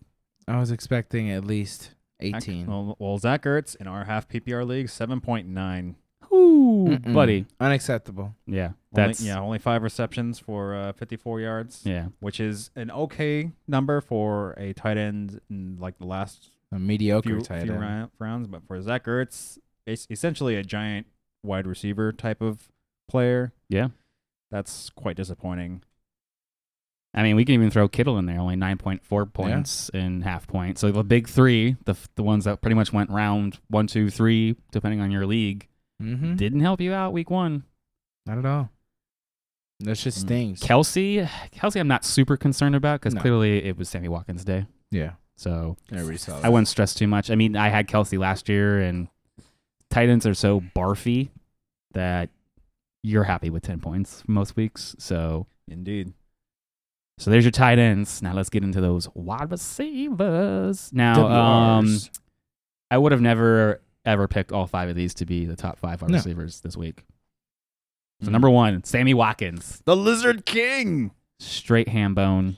S3: I was expecting at least 18.
S1: Well, well, Zach Ertz in our half PPR league, seven point nine.
S2: ooh,
S3: Mm-mm.
S2: buddy,
S3: Unacceptable.
S2: yeah, that's
S1: only, yeah, only five receptions for uh, fifty four yards,
S2: yeah.
S1: which is an okay number for a tight end in like the last
S3: A mediocre
S1: few,
S3: tight
S1: few
S3: end.
S1: rou- rounds. But for Zach Ertz, it's essentially a giant wide receiver type of player.
S2: Yeah.
S1: that's quite disappointing.
S2: I mean, we can even throw Kittle in there, only 9.4 points and half point. So the big three, the, the ones that pretty much went round one, two, three, depending on your league,
S3: Mm-hmm.
S2: didn't help you out week one.
S3: Not at all. That shit
S1: Mm.
S3: stings.
S2: Kelsey, Kelsey, I'm not super concerned about because
S3: No.
S2: clearly it was Sammy Watkins' day.
S3: yeah.
S2: So
S3: Everybody saw
S2: <laughs> I wouldn't stress too much. I mean, I had Kelsey last year, and tight ends are so barfy that you're happy with 10 points most weeks. So.
S1: Indeed.
S2: So there's your tight ends. Now let's get into those wide receivers. Now, um, I would have never ever picked all five of these to be the top five wide
S3: No. Mm.
S2: receivers this week. So number one, Sammy Watkins,
S1: the Lizard King.
S2: straight ham bone.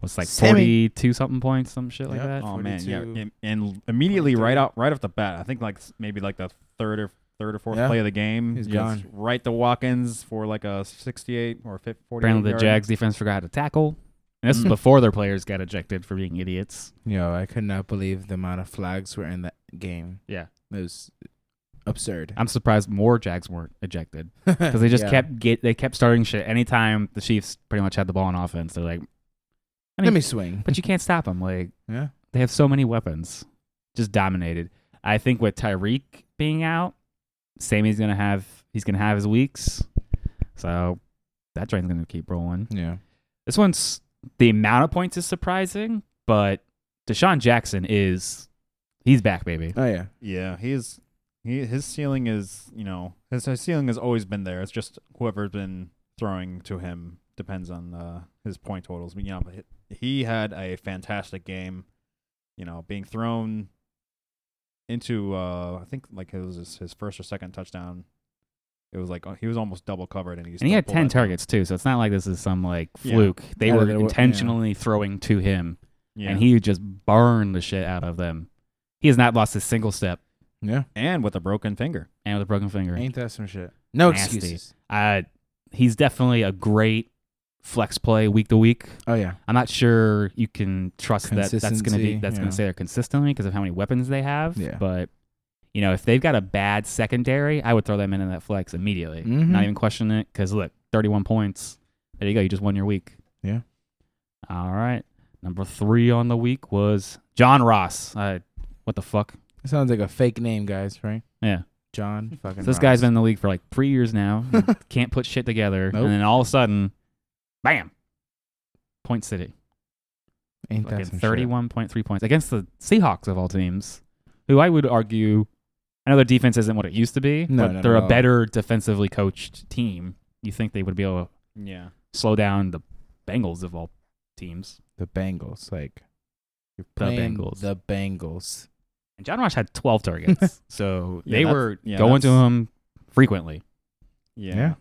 S2: Was like
S3: Sammy.
S2: forty-two something points, some shit like
S3: Yep.
S2: that.
S1: Oh man, yeah,
S3: 42,
S1: and, and immediately right
S3: 23.
S1: out, right off the bat, I think like s- maybe like the third or third or fourth
S3: Yeah.
S1: play of the game,
S3: He's
S1: just right to Watkins for like a sixty-eight or fif- forty.
S2: Apparently, the
S1: yard.
S2: Jags defense forgot how to tackle, and this is
S1: Mm.
S2: before their players got ejected for being idiots.
S3: <laughs> Yo, I could not believe the amount of flags were in that game.
S2: Yeah.
S3: It was absurd.
S2: I'm surprised more Jags weren't
S3: <laughs>
S2: ejected because they just
S3: Yeah.
S2: kept get they kept starting shit. Anytime the Chiefs pretty much had the ball on offense, they're like, I mean-
S3: Let me swing.
S2: but you can't stop them. Like
S3: Yeah.
S2: they have so many weapons, just dominated. I think with Tyreek being out, Sammy's gonna have he's gonna have his weeks, so that train's gonna keep rolling.
S3: Yeah.
S2: This one's the amount of points is surprising, but Deshaun Jackson is he's back, baby.
S3: Oh yeah.
S1: Yeah, he's he his ceiling is you know his, his ceiling has always been there. It's just whoever's been throwing to him depends on uh, his point totals. But yeah, but he- he had a fantastic game. You know, being thrown into uh, I think like it was his, his first or second touchdown. It was like uh, he was almost double covered, and he
S2: And he
S1: still
S2: had
S1: pulled
S2: ten
S1: that down.
S2: targets too, so it's not like this is some like
S1: Yeah.
S2: fluke. They
S3: Yeah,
S2: were
S3: they were- yeah.
S2: intentionally throwing to him,
S1: Yeah.
S2: and he just burned the shit out of them. He has not lost a single step,
S3: Yeah.
S1: and with a broken finger.
S2: and with a broken finger.
S3: Ain't that some shit? No
S2: Nasty.
S3: excuses.
S2: Uh, he's definitely a great flex play week to week.
S3: Oh yeah.
S2: I'm not sure you can trust that that's going to be
S3: Consistency,
S2: that's going
S3: yeah.
S2: to stay there consistently because of how many weapons they have.
S3: Yeah.
S2: But you know, if they've got a bad secondary, I would throw them in in that flex immediately.
S3: Mhm.
S2: Not even question it because look, 31 points. There you go. You just won your week.
S3: Yeah.
S2: All right. Number three on the week was John Ross. Uh, what the fuck?
S3: It sounds like a fake name, guys, right?
S2: Yeah.
S3: John
S2: <laughs>
S3: fucking
S2: So this
S3: Ross.
S2: guy's been in the league for like three years
S3: <laughs>
S2: now. can't put shit together.
S3: Nope.
S2: And then all of a sudden, bam, point city.
S3: Ain't
S2: Fucking
S3: that some shit?
S2: 31.3 points against the Seahawks of all teams, who I would argue, I know their defense isn't what it used to be,
S3: No,
S2: but
S3: not
S2: they're
S3: at
S2: a
S3: all.
S2: better defensively coached team. You think they would be able
S1: Yeah,
S2: to slow down the Bengals of all teams?
S3: The Bengals, like you're
S2: The
S3: playing
S2: Bengals.
S3: The Bengals.
S2: And John Ross had 12
S3: <laughs>
S2: targets, so
S1: Yeah,
S2: they
S1: that's-
S2: were
S1: yeah,
S2: going to
S1: that's-
S2: him frequently.
S1: yeah,
S3: Yeah.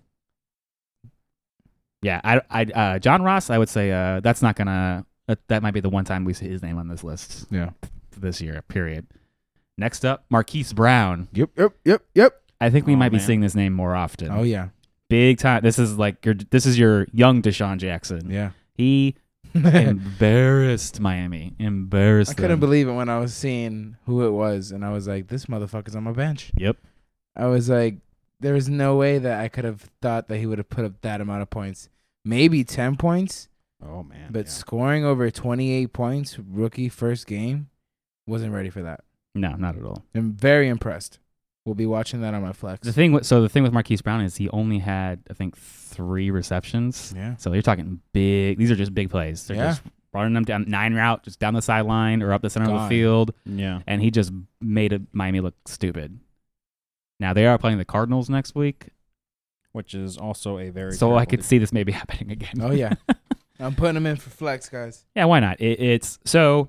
S2: Yeah, I, I, uh, John Ross, I would say uh, that's not gonna. That, that might be the one time we see his name on this list
S3: Yeah.
S2: this year. Period. Next up, Marquise Brown.
S3: Yep. Yep. Yep. Yep.
S2: I think we
S1: Oh,
S2: might be
S1: man.
S2: seeing this name more often.
S3: Oh yeah.
S2: Big time. This is like your. This is your young Deshaun Jackson.
S3: Yeah. <laughs>
S2: He
S3: I
S2: embarrassed Miami. Embarrassed.
S3: couldn't
S2: them.
S3: believe it when I was seeing who it was, and I was like, "This motherfucker's on my bench."
S2: Yep.
S3: I was like, there was no way that I could have thought that he would have put up that amount of points. Maybe 10 points,
S1: Oh man,
S3: but
S1: yeah.
S3: scoring over 28 points, rookie first game, wasn't ready for that.
S2: No, not at all.
S3: I'm very impressed. We'll be watching that on my flex.
S2: The thing. With, so the thing with Marquise Brown is he only had I think three receptions.
S3: Yeah.
S2: So you're talking big. These are just big plays. They're
S3: Yeah.
S2: just running them down nine route, just down the sideline or up the center of the
S3: Gone.
S2: field,
S1: Yeah.
S2: and he just made a, Miami look stupid. Now they are playing the Cardinals next week,
S1: Which is also a very
S2: so I
S1: terrible
S2: could see this maybe <laughs> happening again.
S3: Oh yeah, I'm putting him in for flex, guys.
S2: Yeah, why not? It, it's so.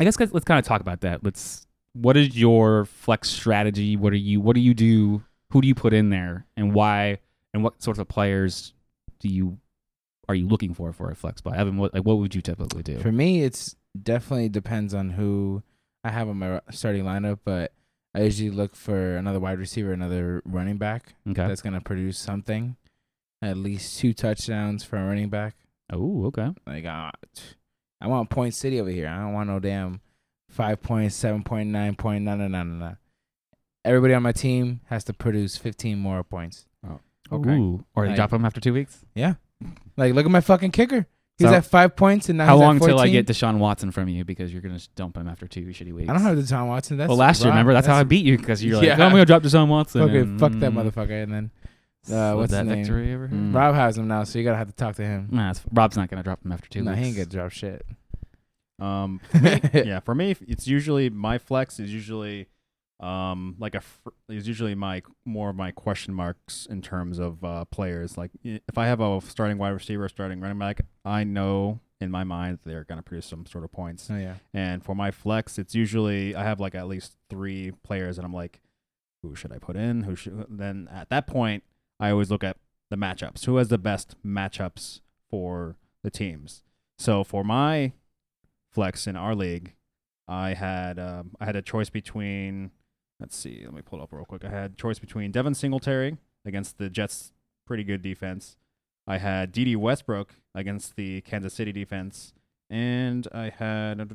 S2: I guess let's, let's kind of talk about that. Let's. What is your flex strategy? What are you? What do you do? Who do you put in there, and why? And what sorts of players do you are you looking for for a flex play? Evan, what like what would you typically do?
S3: For me, it's definitely depends on who I have on my starting lineup, but I usually look for another wide receiver, another running back
S2: Okay.
S3: that's gonna produce something, at least two touchdowns for a running back.
S2: Oh, okay.
S3: Like uh, t- I want point city over here. I don't want no damn five point, seven point, nine point, no no no no no. Everybody on my team has to produce fifteen more points.
S2: Oh,
S1: Okay.
S2: Ooh. Or they
S3: Like-
S2: drop him after two weeks.
S3: Yeah. Like look at my fucking kicker. He's
S2: So-
S3: at five points and now
S2: How
S3: he's at
S2: long till I
S3: 14.
S2: get Deshaun Watson from you because you're gonna dump him after two shitty weeks?
S3: I don't have Deshaun Watson. That's
S2: well, last year,
S3: wrong.
S2: remember that's, how I beat you because you're like,
S3: <laughs> Yeah.
S2: "Oh, I'm gonna drop Deshaun Watson.
S3: Fuck, it,
S2: and- mm.
S3: fuck that motherfucker. And then Uh,
S2: Was
S3: what's
S2: that
S3: his name?
S2: victory over here?
S1: Mm.
S3: Rob has him now, so you gotta have to talk to him.
S2: Nah, it's, Rob's not gonna drop him after two.
S3: Nah,
S2: weeks.
S3: he ain't gonna drop shit.
S1: Um,
S2: <laughs>
S3: <laughs>
S1: yeah, for me, it's usually my flex is usually um like a fr- is usually my more of my question marks in terms of uh players. Like i- if I have a starting wide receiver, starting running back, I know in my mind they're going to produce some sort of points.
S3: Oh yeah.
S1: And for my flex, it's usually I have like at least three players, and I'm like, who should I put in? Who should? Then at that point, I always look at the matchups. Who has the best matchups for the teams? So for my flex in our league, I had um, I had a choice between. Let's see. Let me pull it up real quick. I had choice between Devin Singletary against the Jets' pretty good defense. I had D.D. Westbrook against the Kansas City defense, and I had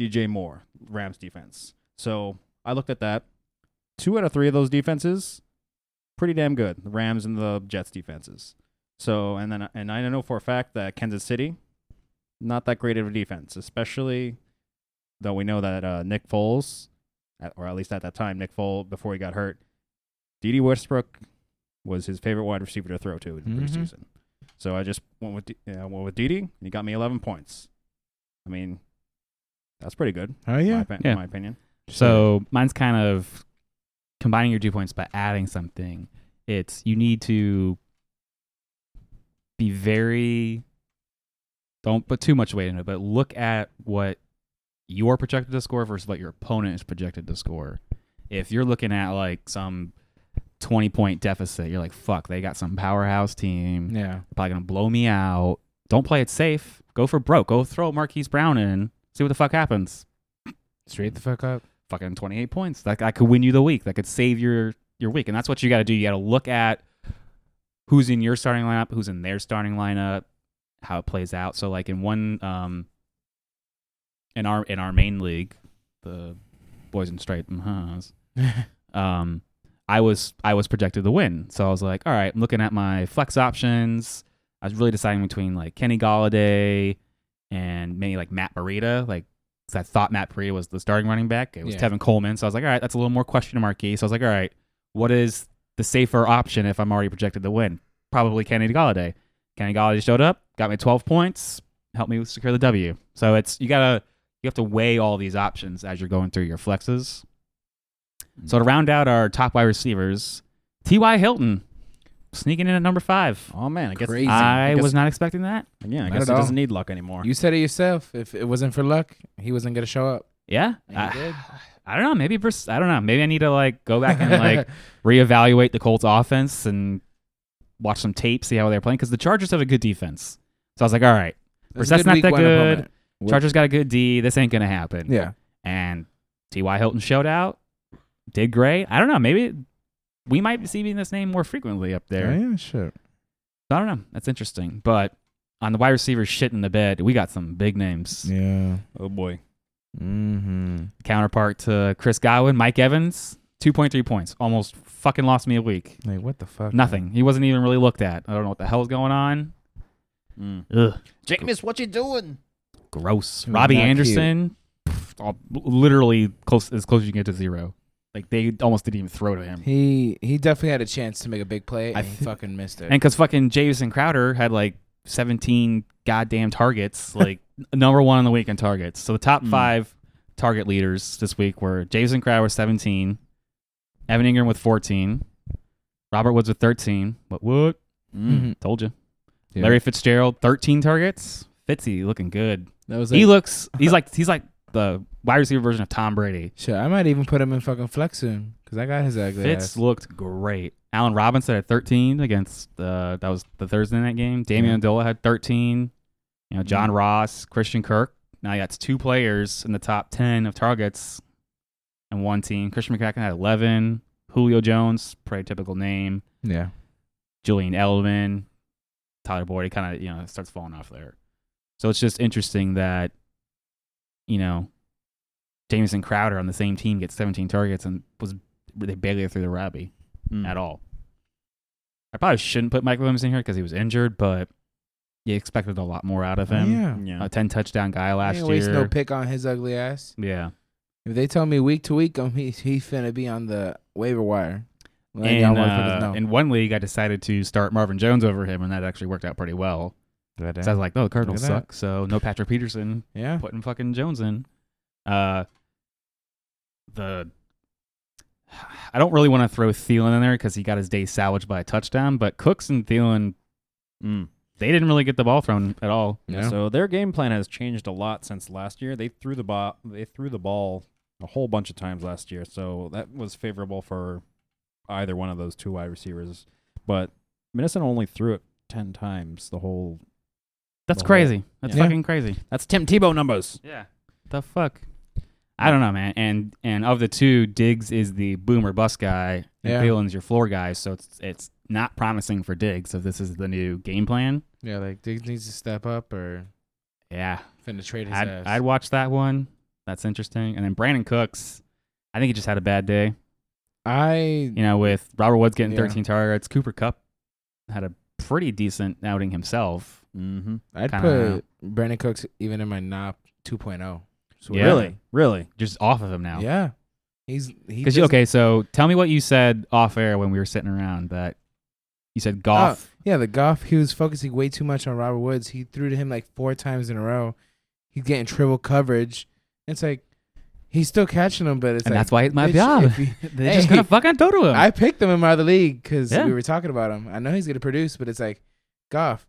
S1: DJ Moore, Rams defense. So I looked at that. Two out of three of those defenses, pretty damn good. The Rams and the Jets defenses. So and then and I know for a fact that Kansas City, not that great of a defense, especially though we know that uh, Nick Foles, at- or at least at that time Nick Foles before he got hurt, D.D. Westbrook was his favorite wide receiver to throw to in
S3: Mhm.
S1: the preseason. So I just went with D- uh, went with D.D. and he got me 11 points. I mean, that's pretty good.
S3: Oh
S1: in my
S3: yeah.
S1: opi-
S2: Yeah.
S1: in my opinion.
S2: So mine's kind of combining your two points by adding something. It's you need to be very don't put too much weight in it, but look at what you're projected to score versus what your opponent is projected to score. If you're looking at like some 20 point deficit, you're like, fuck, they got some powerhouse team.
S3: Yeah.
S2: They're probably gonna blow me out. Don't play it safe. Go for broke. Go throw Marquise Brown in. See what the fuck happens
S3: Straight the fuck up.
S2: fucking 28 points. That, that could win you the week. That could save your your week. And that's what you got to do. You got to look at who's in your starting lineup, who's in their starting lineup, how it plays out. So like in one um in our in our main league, the boys in stripes, uhs, um I was I was projected to win. So I was like, all right, I'm looking at my flex options. I was really deciding between like Kenny Galladay and maybe like Matt Burita, like 'cause I thought Matt Burita was the starting running back. It was
S3: Yeah.
S2: Tevin Coleman. So I was like, all right, that's a little more question marky. So I was like, all right, what is the safer option if I'm already projected to win? Probably Kenny Galladay. Kenny Galladay showed up, got me 12 points, helped me secure the W. So it's you gotta you have to weigh all these options as you're going through your flexes. So to round out our top wide receivers, T.Y. Hilton sneaking in at number five.
S1: Oh man, I guess
S3: Crazy.
S2: I,
S1: guess-
S2: was not expecting that.
S1: yeah, I
S3: Not
S1: guess
S3: at
S1: he
S3: all.
S1: doesn't need luck anymore.
S3: You said it yourself. If it wasn't for luck, he wasn't gonna show up.
S2: Yeah,
S3: And he
S2: I,
S3: did.
S2: I don't know. Maybe pers- I don't know. Maybe I need to like go back and
S3: <laughs>
S2: like reevaluate the Colts offense and watch some tape, see how they're playing because the Chargers have a good defense. So I was like, all right,
S3: That's
S2: Brissett's not
S3: week
S2: that
S3: one
S2: good.
S3: opponent. Wh-
S2: Chargers got a good D. This ain't gonna happen.
S3: Yeah.
S2: and T.Y. Hilton showed out, did great. I don't know. Maybe we might be seeing this name more frequently up there.
S3: Oh, yeah, sure.
S2: So I don't know. That's interesting. But on the wide receiver shit in the bed, we got some big names.
S3: Yeah.
S1: oh boy,
S3: Mm-hmm.
S2: Counterpart to Chris Godwin, Mike Evans, 2.3 points. Almost fucking lost me a week.
S3: Like what the fuck?
S2: Nothing. He wasn't even really looked at. I don't know what the hell is going on.
S1: mm.
S2: Ugh,
S1: Jameis, what you doing?
S2: gross.
S3: He was
S2: Robbie
S3: not cute.
S2: Anderson, pff, all- literally close as close as you can get to zero. Like they almost didn't even throw to him.
S3: He he definitely had a chance to make a big play and
S2: I
S3: he
S2: thi-
S3: fucking missed it.
S2: And because fucking Jason Crowder had like 17 goddamn
S3: <laughs>
S2: targets, like number one in the week in targets. So the top
S3: Hmm.
S1: Mm.
S2: five target leaders this week were Jason Crowder with 17, Evan Ingram with 14, Robert Woods with 13. What? What? Hmm,
S3: Mhm.
S2: Told you.
S3: Yeah.
S2: Larry Fitzgerald, 13 targets. Fitzy looking good.
S3: that was
S2: he
S3: like,
S2: looks. He's like he's like the wide receiver version of Tom Brady.
S3: shit. I might even put him in fucking flex soon because I got his ugly
S2: Fitz
S3: ass.
S2: looked great. Allen Robinson had 13 against uh, that was the Thursday night game. Damian Dola had 13. You know, John Ross, Christian Kirk. Now that's two players in the top 10 of targets and one team. Christian McCacken had 11. Julio Jones, pretty typical name.
S3: Yeah,
S2: Julian Edelman, Tyler Boyd, kind of you know starts falling off there. So it's just interesting that you know Jameson Crowder on the same team gets 17 targets and was they barely threw the Robbie
S1: Mm.
S3: Hmm.
S2: at all. I probably shouldn't put Mike Williams in here because he was injured, but you expected a lot more out of him.
S3: Oh, yeah.
S1: Yeah.
S2: A 10 touchdown guy last
S3: Ain't
S2: year.
S3: waste no pick on his ugly ass.
S2: yeah.
S3: If they tell me week to week, I'm he he finna be on the waiver wire. Let y'all
S2: And,
S3: motherfuckers
S2: uh,
S3: know.
S2: in one league, I decided to start Marvin Jones over him, and that actually worked out pretty well. So I was like, no, the Cardinals
S3: Look at that.
S2: suck, so no Patrick Peterson.
S3: <laughs> yeah,
S2: putting fucking Jones in. Uh, the I don't really want to throw Thielen in there because he got his day salvaged by a touchdown, but Cooks and Thielen
S1: Mm.
S2: they didn't really get the ball thrown at all.
S3: yeah.
S1: So their game plan has changed a lot since last year. They threw the ball. They threw the ball a whole bunch of times last year, so that was favorable for either one of those two wide receivers. But Minnesota only threw it ten times the whole.
S2: That's
S1: The whole-
S2: crazy. That's
S3: Yeah.
S2: fucking crazy.
S1: That's Tim Tebow numbers.
S2: Yeah. The fuck. I don't know, man. And and of the two, Diggs is the boomer bust guy, and
S3: Yeah.
S2: Thielen's your floor guy. So it's it's not promising for Diggs if this is the new game plan.
S3: yeah. Like Diggs needs to step up or
S2: Yeah.
S3: finna trade his
S2: I'd,
S3: ass.
S2: I'd watch that one. That's interesting. And then Brandon Cooks, I think he just had a bad day.
S3: I
S2: You know, with Robert Woods getting
S3: Yeah.
S2: 13 targets, Cooper Cup had a pretty decent outing himself.
S1: Mm-hmm.
S3: I'd
S2: kinda-
S3: put Brandon Cooks even in my NOP 2.0. So
S2: Yeah.
S1: Really, really.
S2: Just off of him now.
S3: oh. Yeah, he's he
S2: Because
S3: just-
S2: okay, so tell me what you said off air when we were sitting around that you
S3: Oh,
S2: said golf.
S3: <laughs> Yeah, the golf. He was focusing way too much on Robert Woods. He threw to him like four times in a row. He's getting triple coverage. It's like he's still catching him, but it's
S2: and
S3: like
S2: that's why it's my
S3: bitch,
S2: job.
S3: if you-
S2: They're
S3: Hey,
S2: just gonna fucking throw to him. <laughs>
S3: I picked him in my other league because
S2: Yeah.
S3: we were talking about him. I know he's gonna produce, but it's like golf.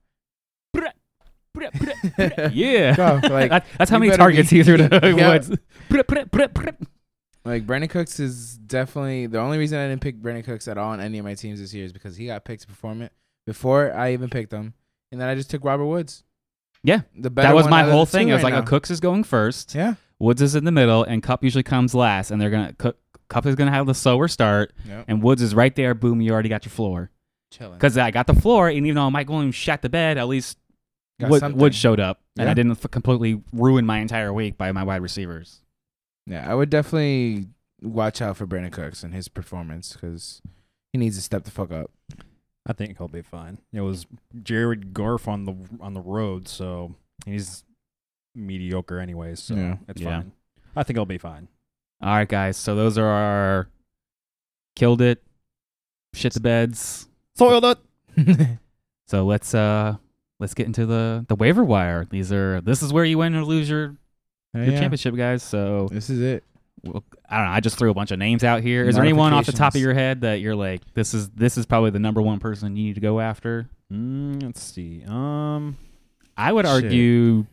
S3: <laughs>
S2: <laughs> yeah.
S3: Golf, like,
S2: That- that's how
S3: you
S2: many
S3: better
S2: targets
S3: be-
S2: he threw to <laughs>
S3: Yeah.
S2: Woods.
S3: Like Brandon Cooks is definitely the only reason I didn't pick Brandon Cooks at all on any of my teams this year is because he got picked to perform it before I even picked him, and then I just took Robert Woods.
S2: Yeah.
S3: the better
S2: That was
S3: one
S2: my
S3: out of the
S2: whole
S3: two
S2: thing. It was
S3: right
S2: like,
S3: now.
S2: oh, Cooks is going first.
S3: Yeah,
S2: Woods is in the middle, and Cup usually comes last, and they're gonna Cup, Cup is gonna have the slower start,
S3: Yep.
S2: and Woods is right there. Boom, you already got your floor.
S3: chilling.
S2: Because I got the floor, and even though Mike Williams shat the bed, at least
S3: Got
S2: Wood,
S3: something.
S2: Woods showed up, and
S3: Yeah.
S2: I didn't f- completely ruin my entire week by my wide receivers.
S3: Yeah, I would definitely watch out for Brandon Cooks and his performance because he needs to step the fuck up. <laughs>
S1: I think he'll be fine. It was Jared Goff on the on the road, so he's mediocre anyways. So
S3: Yeah.
S1: it's
S2: Yeah.
S1: fine. I think he'll be fine.
S2: All right, guys. So those are our killed it, shit the beds.
S1: Soiled it.
S2: So let's uh let's get into the the waiver wire. These are this is where you win or lose your, your
S3: Yeah.
S2: championship, guys. So
S3: This is it.
S2: well, I don't know. I just threw a bunch of names out here. Is there anyone off the top of your head that you're like, this is this is probably the number one person you need to go after?
S1: Mm, let's see. Um,
S2: I would
S3: Shit.
S2: argue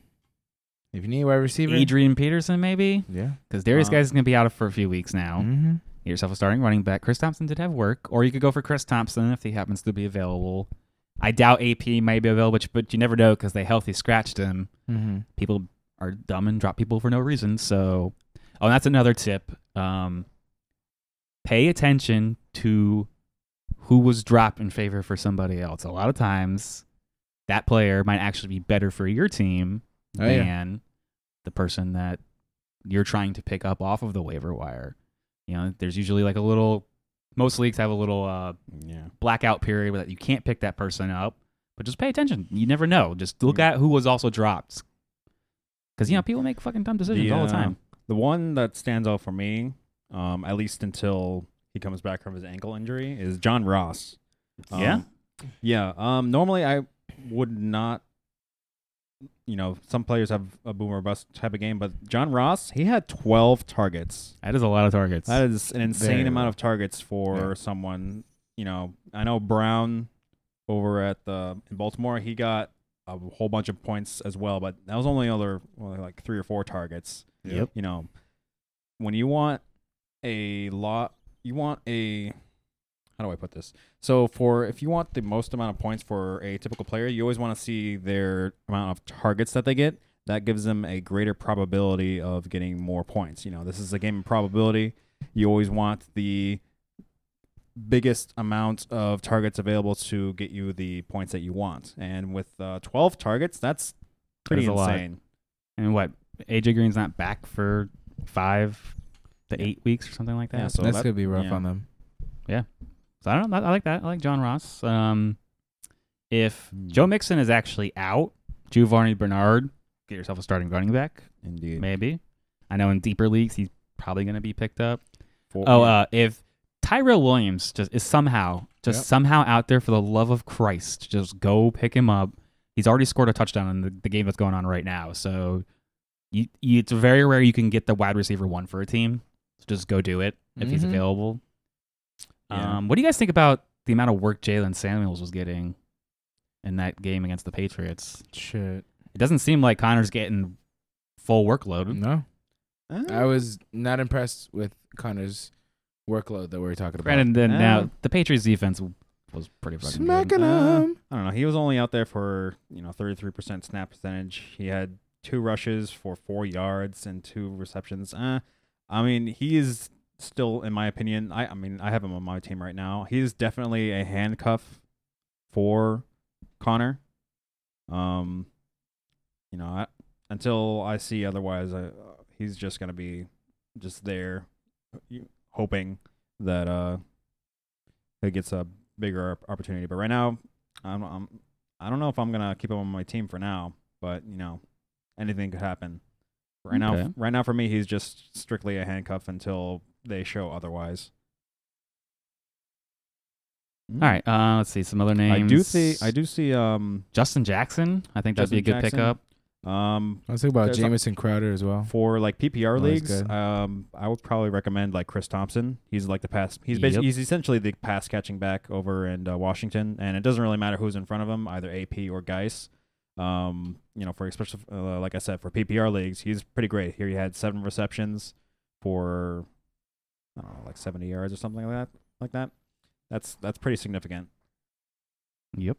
S3: If you need a wide receiver,
S2: Adrian Peterson maybe
S3: yeah,
S2: because Darius
S1: Uh,
S2: Guys is going to be out for a few weeks now.
S3: mm-hmm.
S2: Get yourself a starting running back. Chris Thompson did have work, or you could go for Chris Thompson if he happens to be available. I doubt AP may be available, but- but you never know because they healthy scratched him.
S3: Mm-hmm.
S2: people are dumb and drop people for no reason. So, oh, that's another tip. Um, pay attention to who was dropped in favor for somebody else. A lot of times, that player might actually be better for your team
S3: Oh, yeah.
S2: than the person that you're trying to pick up off of the waiver wire. You know, there's usually like a little. Most leagues have a little uh,
S1: yeah.
S2: blackout period where that you can't pick that person up. But just pay attention. You never know. Just look
S1: Mm.
S2: at who was also dropped. Because you know people make fucking dumb decisions all the
S1: uh,
S2: time.
S1: The one that stands out for me, um, at least until he comes back from his ankle injury, is John Ross. Um,
S2: Yeah?
S1: Yeah. Um, normally I would not you know, some players have a boomer bust type of game, but John Ross, he had 12 targets.
S2: That is a lot of targets.
S1: That is an insane
S3: Very
S1: amount
S3: low.
S1: of targets for
S3: Yeah.
S1: someone. You know, I know Brown over at the in Baltimore, he got a whole bunch of points as well, but that was only other only like three or four targets.
S2: Yep.
S1: You know, when you want a lot, you want a how do I put this? So for if you want the most amount of points for a typical player, you always want to see their amount of targets that they get. That gives them a greater probability of getting more points. You know, this is a game of probability. You always want the biggest amount of targets available to get you the points that you want. And with uh, 12 targets, that's pretty
S2: is a lot.
S1: insane.
S2: and what AJ Green's not back for five to eight weeks or something like that.
S1: Yeah, so
S3: That's
S1: that-
S3: gonna be rough
S1: yeah.
S3: on them.
S2: So I don't. know. I like that. I like John Ross. Um, if Joe Mixon is actually out, Giovanni Bernard, get yourself a starting running back,
S1: Indeed.
S2: maybe. I know in deeper leagues he's probably going to be picked up.
S1: For-
S2: Oh, uh, if Tyrell Williams just is somehow just
S3: Yep.
S2: somehow out there for the love of Christ, just go pick him up. He's already scored a touchdown in the, the game that's going on right now, so you, you, it's very rare you can get the wide receiver one for a team. So just go do it if he's
S3: Mhm.
S2: available.
S1: Yeah.
S2: Um, what do you guys think about the amount of work Jalen Samuels was getting in that game against the Patriots?
S3: Shit.
S2: It doesn't seem like Connor's getting full workload.
S3: No,
S2: uh,
S1: Ah.
S2: Hmm.
S3: I was not impressed with Connor's workload that we were talking about.
S2: Granted, then
S1: Uh.
S2: now the Patriots defense was pretty fucking good.
S3: Smacking
S1: Uh,
S3: him.
S1: I don't know. He was only out there for you know 33% snap percentage. He had two rushes for four yards and two receptions. Uh, I mean, he is still, in my opinion, I, I mean, I have him on my team right now. He is definitely a handcuff for Connor. Um, you know, I, until I see otherwise, I, he's just gonna be just there, you- hoping that uh he gets a bigger op- opportunity. But right now, I'm, I'm I don't know if I'm gonna keep him on my team for now, but you know, anything could happen. Right now,
S2: Okay.
S1: right now for me, he's just strictly a handcuff until they show otherwise.
S2: All right. Uh, let's see some other names.
S1: I do see. I do see. Um.
S2: Justin Jackson. I think that'd be a
S1: Justin
S2: good
S1: Jackson.
S2: pickup.
S1: Um.
S3: I was thinking about
S1: There's a-
S3: Jamison Crowder as well.
S1: For like PPR
S3: that's
S1: leagues,
S3: good.
S1: um, I would probably recommend like Chris Thompson. He's like the pass. He's
S2: Yep.
S1: basically he's essentially the pass catching back over in uh, Washington, and it doesn't really matter who's in front of him, either AP or Geis. Um, you know, for especially uh, like I said, for PPR leagues, he's pretty great. Here he had seven receptions for I don't know, like seventy yards or something like that. Like that. That's that's pretty significant.
S2: Yep.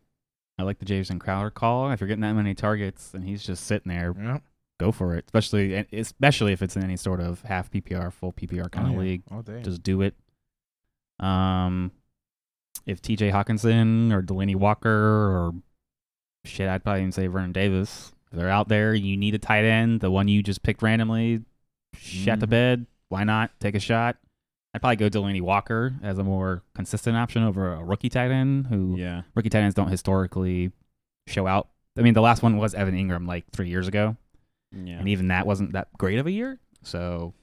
S2: I like the Jason Crowder call. If you're getting that many targets and he's just sitting there,
S3: Yeah.
S2: go for it. Especially and especially if it's in any sort of half PPR, full PPR kind
S1: Oh,
S2: of league.
S3: All day.
S2: Just do it. Um, if T.J. Hawkinson or Delaney Walker or shit, I'd probably even say Vernon Davis. If they're out there. You need a tight end. The one you just picked randomly, shat the
S1: Mhm.
S2: bed. Why not take a shot? I'd probably go Delaney Walker as a more consistent option over a rookie tight end who
S1: Yeah.
S2: rookie tight ends don't historically show out. I mean, the last one was Evan Ingram like three years ago,
S1: Yeah.
S2: and even that wasn't that great of a year. So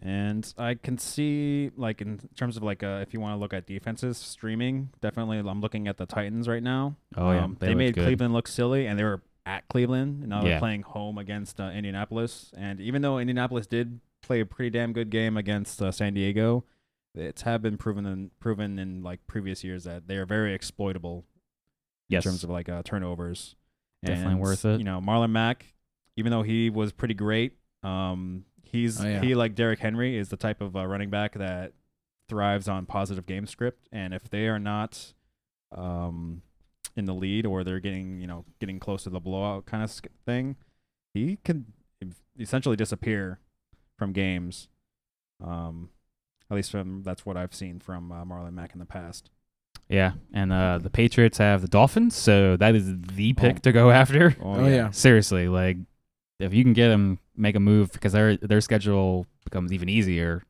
S1: And I can see, like, in terms of like, uh, if you want to look at defenses streaming, definitely. I'm looking at the Titans right now.
S2: oh yeah,
S1: Um, they,
S2: looked
S1: made
S2: good.
S1: Cleveland look silly, and they were at Cleveland. And now
S2: Yeah.
S1: they're playing home against uh, Indianapolis. And even though Indianapolis did play a pretty damn good game against uh, San Diego, it's have been proven in, proven in like previous years that they are very exploitable
S2: Yes.
S1: in terms of like uh, turnovers.
S2: Definitely
S1: And,
S2: worth it.
S1: You know, Marlon Mack, even though he was pretty great, um, he's
S3: Oh, yeah.
S1: he like Derrick Henry is the type of uh, running back that thrives on positive game script, and if they are not um, in the lead or they're getting you know getting close to the blowout kind of thing, he can essentially disappear from games. Um, at least from that's what I've seen from uh, Marlon Mack in the past.
S2: Yeah, and uh, the Patriots have the Dolphins, so that is the
S1: Oh.
S2: pick to go <laughs> after.
S3: Oh yeah.
S2: Seriously, like if you can get them, make a move because their their schedule becomes even easier.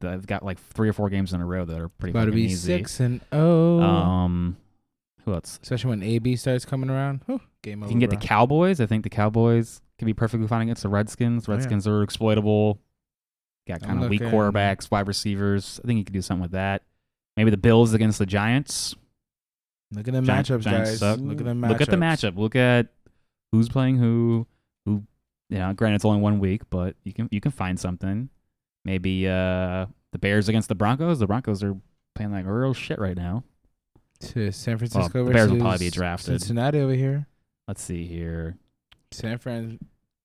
S2: They've got like three or four games in a row that are pretty
S3: About to
S2: fucking
S3: be
S2: easy.
S3: six and oh.
S2: Um, who else?
S3: Especially when AB starts coming around. Whew, game over.
S2: you can get
S3: bro.
S2: the Cowboys. I think the Cowboys can be perfectly fine against the Redskins.
S3: Oh, yeah.
S2: Redskins are exploitable. Got
S3: I'm
S2: kind of weak
S3: looking-
S2: quarterbacks, wide receivers. I think you could do something with that. Maybe the Bills against the Giants.
S3: Look at the
S2: Giants-
S3: matchups,
S2: Giants
S3: guys.
S2: suck.
S3: Look at the matchups.
S2: Look at the matchup. Look at who's playing who, who. You know, granted it's only one week, but you can you can find something. Maybe uh the Bears against the Broncos. The Broncos are playing like real shit right now.
S3: to San
S2: Well, the
S3: Francisco versus
S2: Bears will probably be drafted.
S3: Cincinnati over here.
S2: Let's see here.
S3: San Fran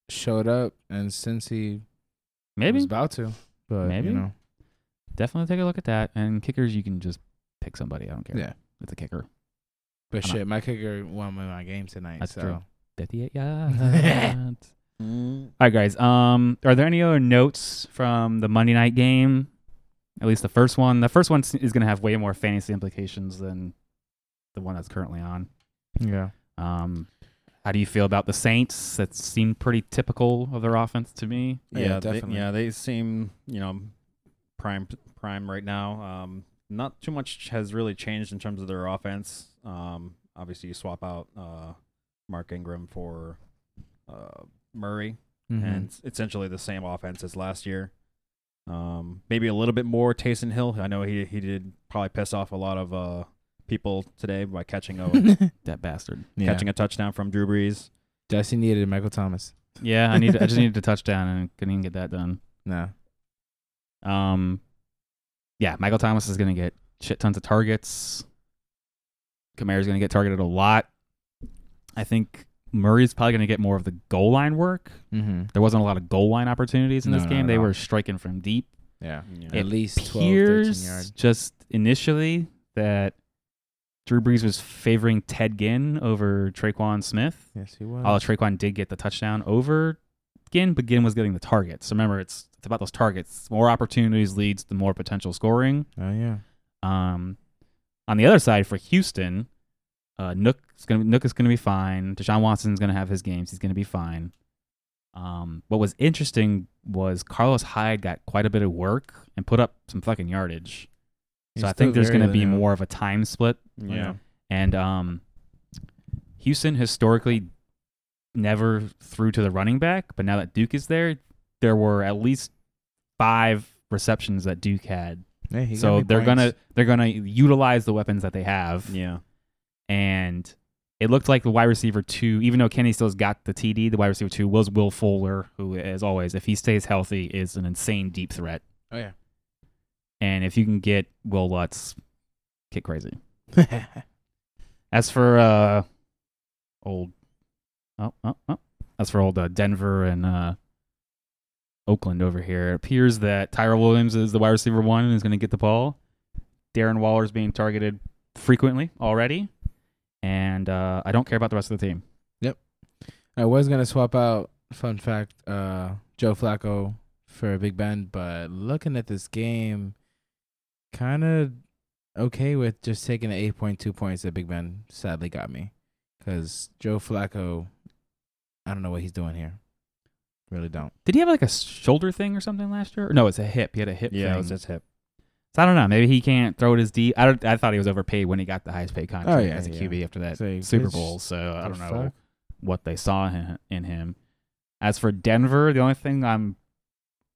S3: showed up, and Cincy was
S2: Maybe
S3: about to, but
S2: Maybe.
S3: you know,
S2: definitely take a look at that. And kickers, you can just pick somebody. I don't care.
S3: yeah.
S2: it's a kicker.
S3: But
S2: I'm
S3: shit, my kicker won me my game tonight.
S2: That's
S3: so
S2: true.
S3: <laughs>
S2: Fifty-eight yards. All right, guys. Um, are there any other notes from the Monday night game? At least the first one. The first one s- is going to have way more fantasy implications than the one that's currently on.
S3: yeah,
S2: Um, how do you feel about the Saints? That seemed pretty typical of their offense to me.
S3: Yeah,
S1: they-
S3: definitely.
S1: yeah, they seem you know prime prime right now. Um, not too much has really changed in terms of their offense. Um, obviously you swap out uh, Mark Ingram for uh, Murray,
S3: Mm-hmm.
S1: and it's essentially the same offense as last year. Um, maybe a little bit more Taysom Hill. I know he he did probably piss off a lot of uh, people today
S3: <laughs>
S1: by catching a
S2: That bastard.
S3: yeah.
S1: catching a touchdown from Drew Brees.
S3: Dusty needed Michael Thomas.
S2: Yeah, I need. I <laughs> just needed a touchdown and couldn't even get that done.
S3: No,
S2: Um, yeah, Michael Thomas is going to get shit tons of targets. Kamara's going to get targeted a lot. I think Murray's probably going to get more of the goal line work.
S3: mm-hmm.
S2: There wasn't a lot of goal line opportunities in
S3: No,
S2: this
S3: not
S2: game.
S3: at
S2: They
S3: all.
S2: were striking from deep.
S3: yeah,
S1: Yeah.
S2: It
S3: at least 12, 13
S2: Appears
S3: yards.
S2: just initially that Drew Brees was favoring Ted Ginn over Traquan Smith.
S3: Yes, he was.
S2: Although Traquan did get the touchdown over Ginn, but Ginn was getting the targets. So remember, it's it's about those targets. More opportunities leads to more potential scoring.
S3: Oh yeah,
S2: Um, on the other side for Houston, uh, Nook is going to Nook is going to be fine. Deshaun Watson's going to have his games. He's going to be fine. Um, what was interesting was Carlos Hyde got quite a bit of work and put up some fucking yardage.
S3: He's
S2: so I
S3: still
S2: think there's
S3: very
S2: going to be
S3: linear.
S2: more of a time split.
S1: Yeah.
S2: And um, Houston historically never threw to the running back, but now that Duke is there, there were at least five receptions that Duke had
S3: Yeah, he got
S2: so
S3: me
S2: they're
S3: points.
S2: gonna they're gonna utilize the weapons that they have,
S1: Yeah.
S2: and it looked like the wide receiver two, even though Kenny still's got the TD, the wide receiver two was Will Fuller, who, as always, if he stays healthy, is an insane deep threat.
S3: Oh yeah.
S2: And if you can get Will Lutz, get crazy.
S3: Oh, <laughs>
S2: As for uh, old, oh, oh, oh. As for old uh, Denver and uh, Oakland over here, it appears that Tyra Williams is the wide receiver one and is going to get the ball. Darren Waller's being targeted frequently already, and uh, I don't care about the rest of the team.
S3: I was gonna swap out. Fun fact: uh, Joe Flacco for Big Ben, but looking at this game, kind of okay with just taking the eight point two points that Big Ben sadly got me, because Joe Flacco, I don't know what he's doing here. Really don't.
S2: Did he have like a shoulder thing or something last year? No, it's a hip. He had a hip.
S1: Yeah, it
S2: thing.
S1: was his hip.
S2: So I don't know. Maybe he can't throw it as deep. I don't. I thought he was overpaid when he got the highest paid contract
S3: yeah,
S2: as a
S3: yeah.
S2: QB after that
S3: So you
S2: Super
S3: pitched
S2: Bowl. So I don't know
S3: Fuck.
S2: what they saw hi- in him. As for Denver, the only thing I'm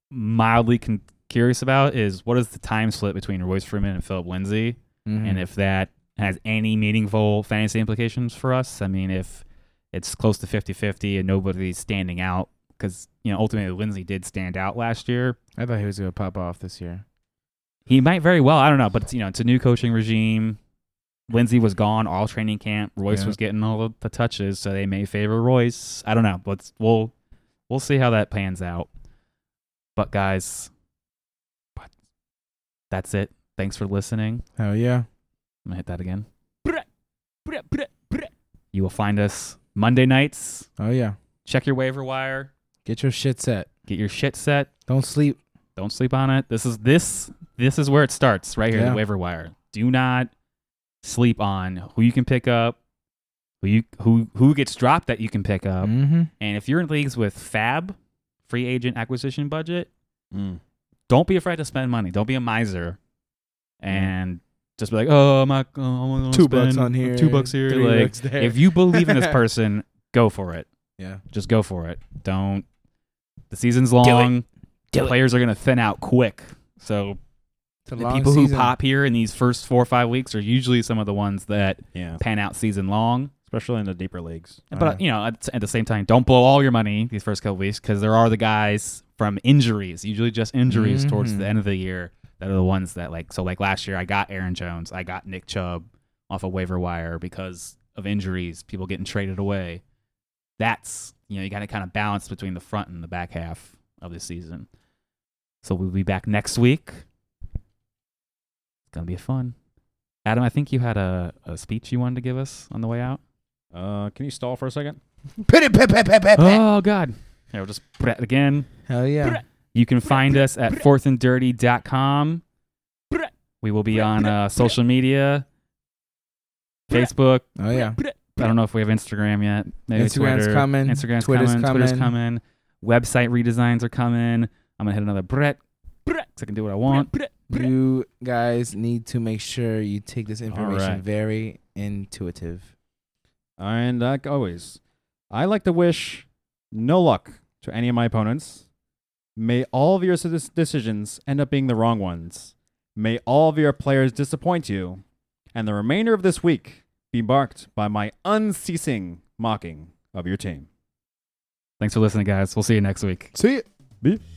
S2: mildly con- curious about is what is the time split between Royce Freeman and Philip Lindsay,
S3: Mhm.
S2: and if that has any meaningful fantasy implications for us. I mean, if it's close to 50-50 and nobody's standing out, because you know ultimately Lindsay did stand out last year.
S3: I thought he was gonna pop off this year.
S2: He might very well. I don't know, but it's, you know, it's a new coaching regime. Lindsey was gone all training camp. Royce
S3: Yeah.
S2: was getting all of the touches, so they may favor Royce. I don't know. Let's we'll we'll see how that pans out. But guys, but that's it. Thanks for listening.
S3: Hell yeah.
S2: I'm gonna hit that again. You will find us Monday nights.
S3: Oh yeah.
S2: Check your waiver wire.
S3: Get your shit set.
S2: Get your shit set.
S3: Don't sleep.
S2: Don't sleep on it. This is this this is where it starts right here,
S3: Yeah.
S2: the waiver wire. Do not sleep on who you can pick up, who you who who gets dropped that you can pick up.
S3: Mm-hmm.
S2: And if you're in leagues with fab, free agent acquisition budget, don't be afraid to spend money. Don't be a miser. And just be like, oh, I'm not. Oh, I'm
S3: Mm-hmm. Two bucks on here.
S2: Two bucks here.
S3: three
S2: Like,
S3: bucks there.
S2: if you believe in
S3: <laughs>
S2: this person, go for it.
S3: yeah.
S2: Just go for it. Don't. The season's long.
S3: Do
S2: the
S3: it.
S2: players are going to thin out quick. So
S3: It's a
S2: the
S3: long
S2: people who
S3: season.
S2: pop here in these first four or five weeks are usually some of the ones that
S1: Yeah.
S2: pan out season long.
S1: especially in the deeper leagues.
S2: But you know, at, at the same time, don't blow all your money these first couple weeks because there are the guys from injuries, usually just injuries towards
S3: Mhm.
S2: the end of the year that are the ones that like. So like last year, I got Aaron Jones, I got Nick Chubb off a waiver wire because of injuries, people getting traded away. That's you know you got to kind of balance between the front and the back half of the season. So we'll be back next week. It's gonna be fun. Adam, I think you had a, a speech you wanted to give us on the way out.
S1: Uh, can you stall for a second?
S3: Pit pit pit pit pit pit.
S2: Oh God. Here, we'll just put it again.
S3: Hell yeah.
S2: You can find us at fourthanddirty.com. We will be on uh, social media. Facebook.
S3: Oh yeah.
S2: I don't know if we have Instagram yet. Maybe
S3: Instagram's
S2: Twitter.
S3: coming.
S2: Instagram's
S3: Twitter's
S2: coming. Twitter's
S3: coming.
S2: coming. Website redesigns are coming. I'm gonna hit another Brett. So I can do what I want.
S3: You guys need to make sure you take this information
S1: right.
S3: very intuitive.
S1: And like always, I like to wish no luck to any of my opponents. May all of your s- decisions end up being the wrong ones. May all of your players disappoint you, and the remainder of this week be marked by my unceasing mocking of your team.
S2: Thanks for listening, guys. We'll see you next week.
S3: See ya.
S1: Beep.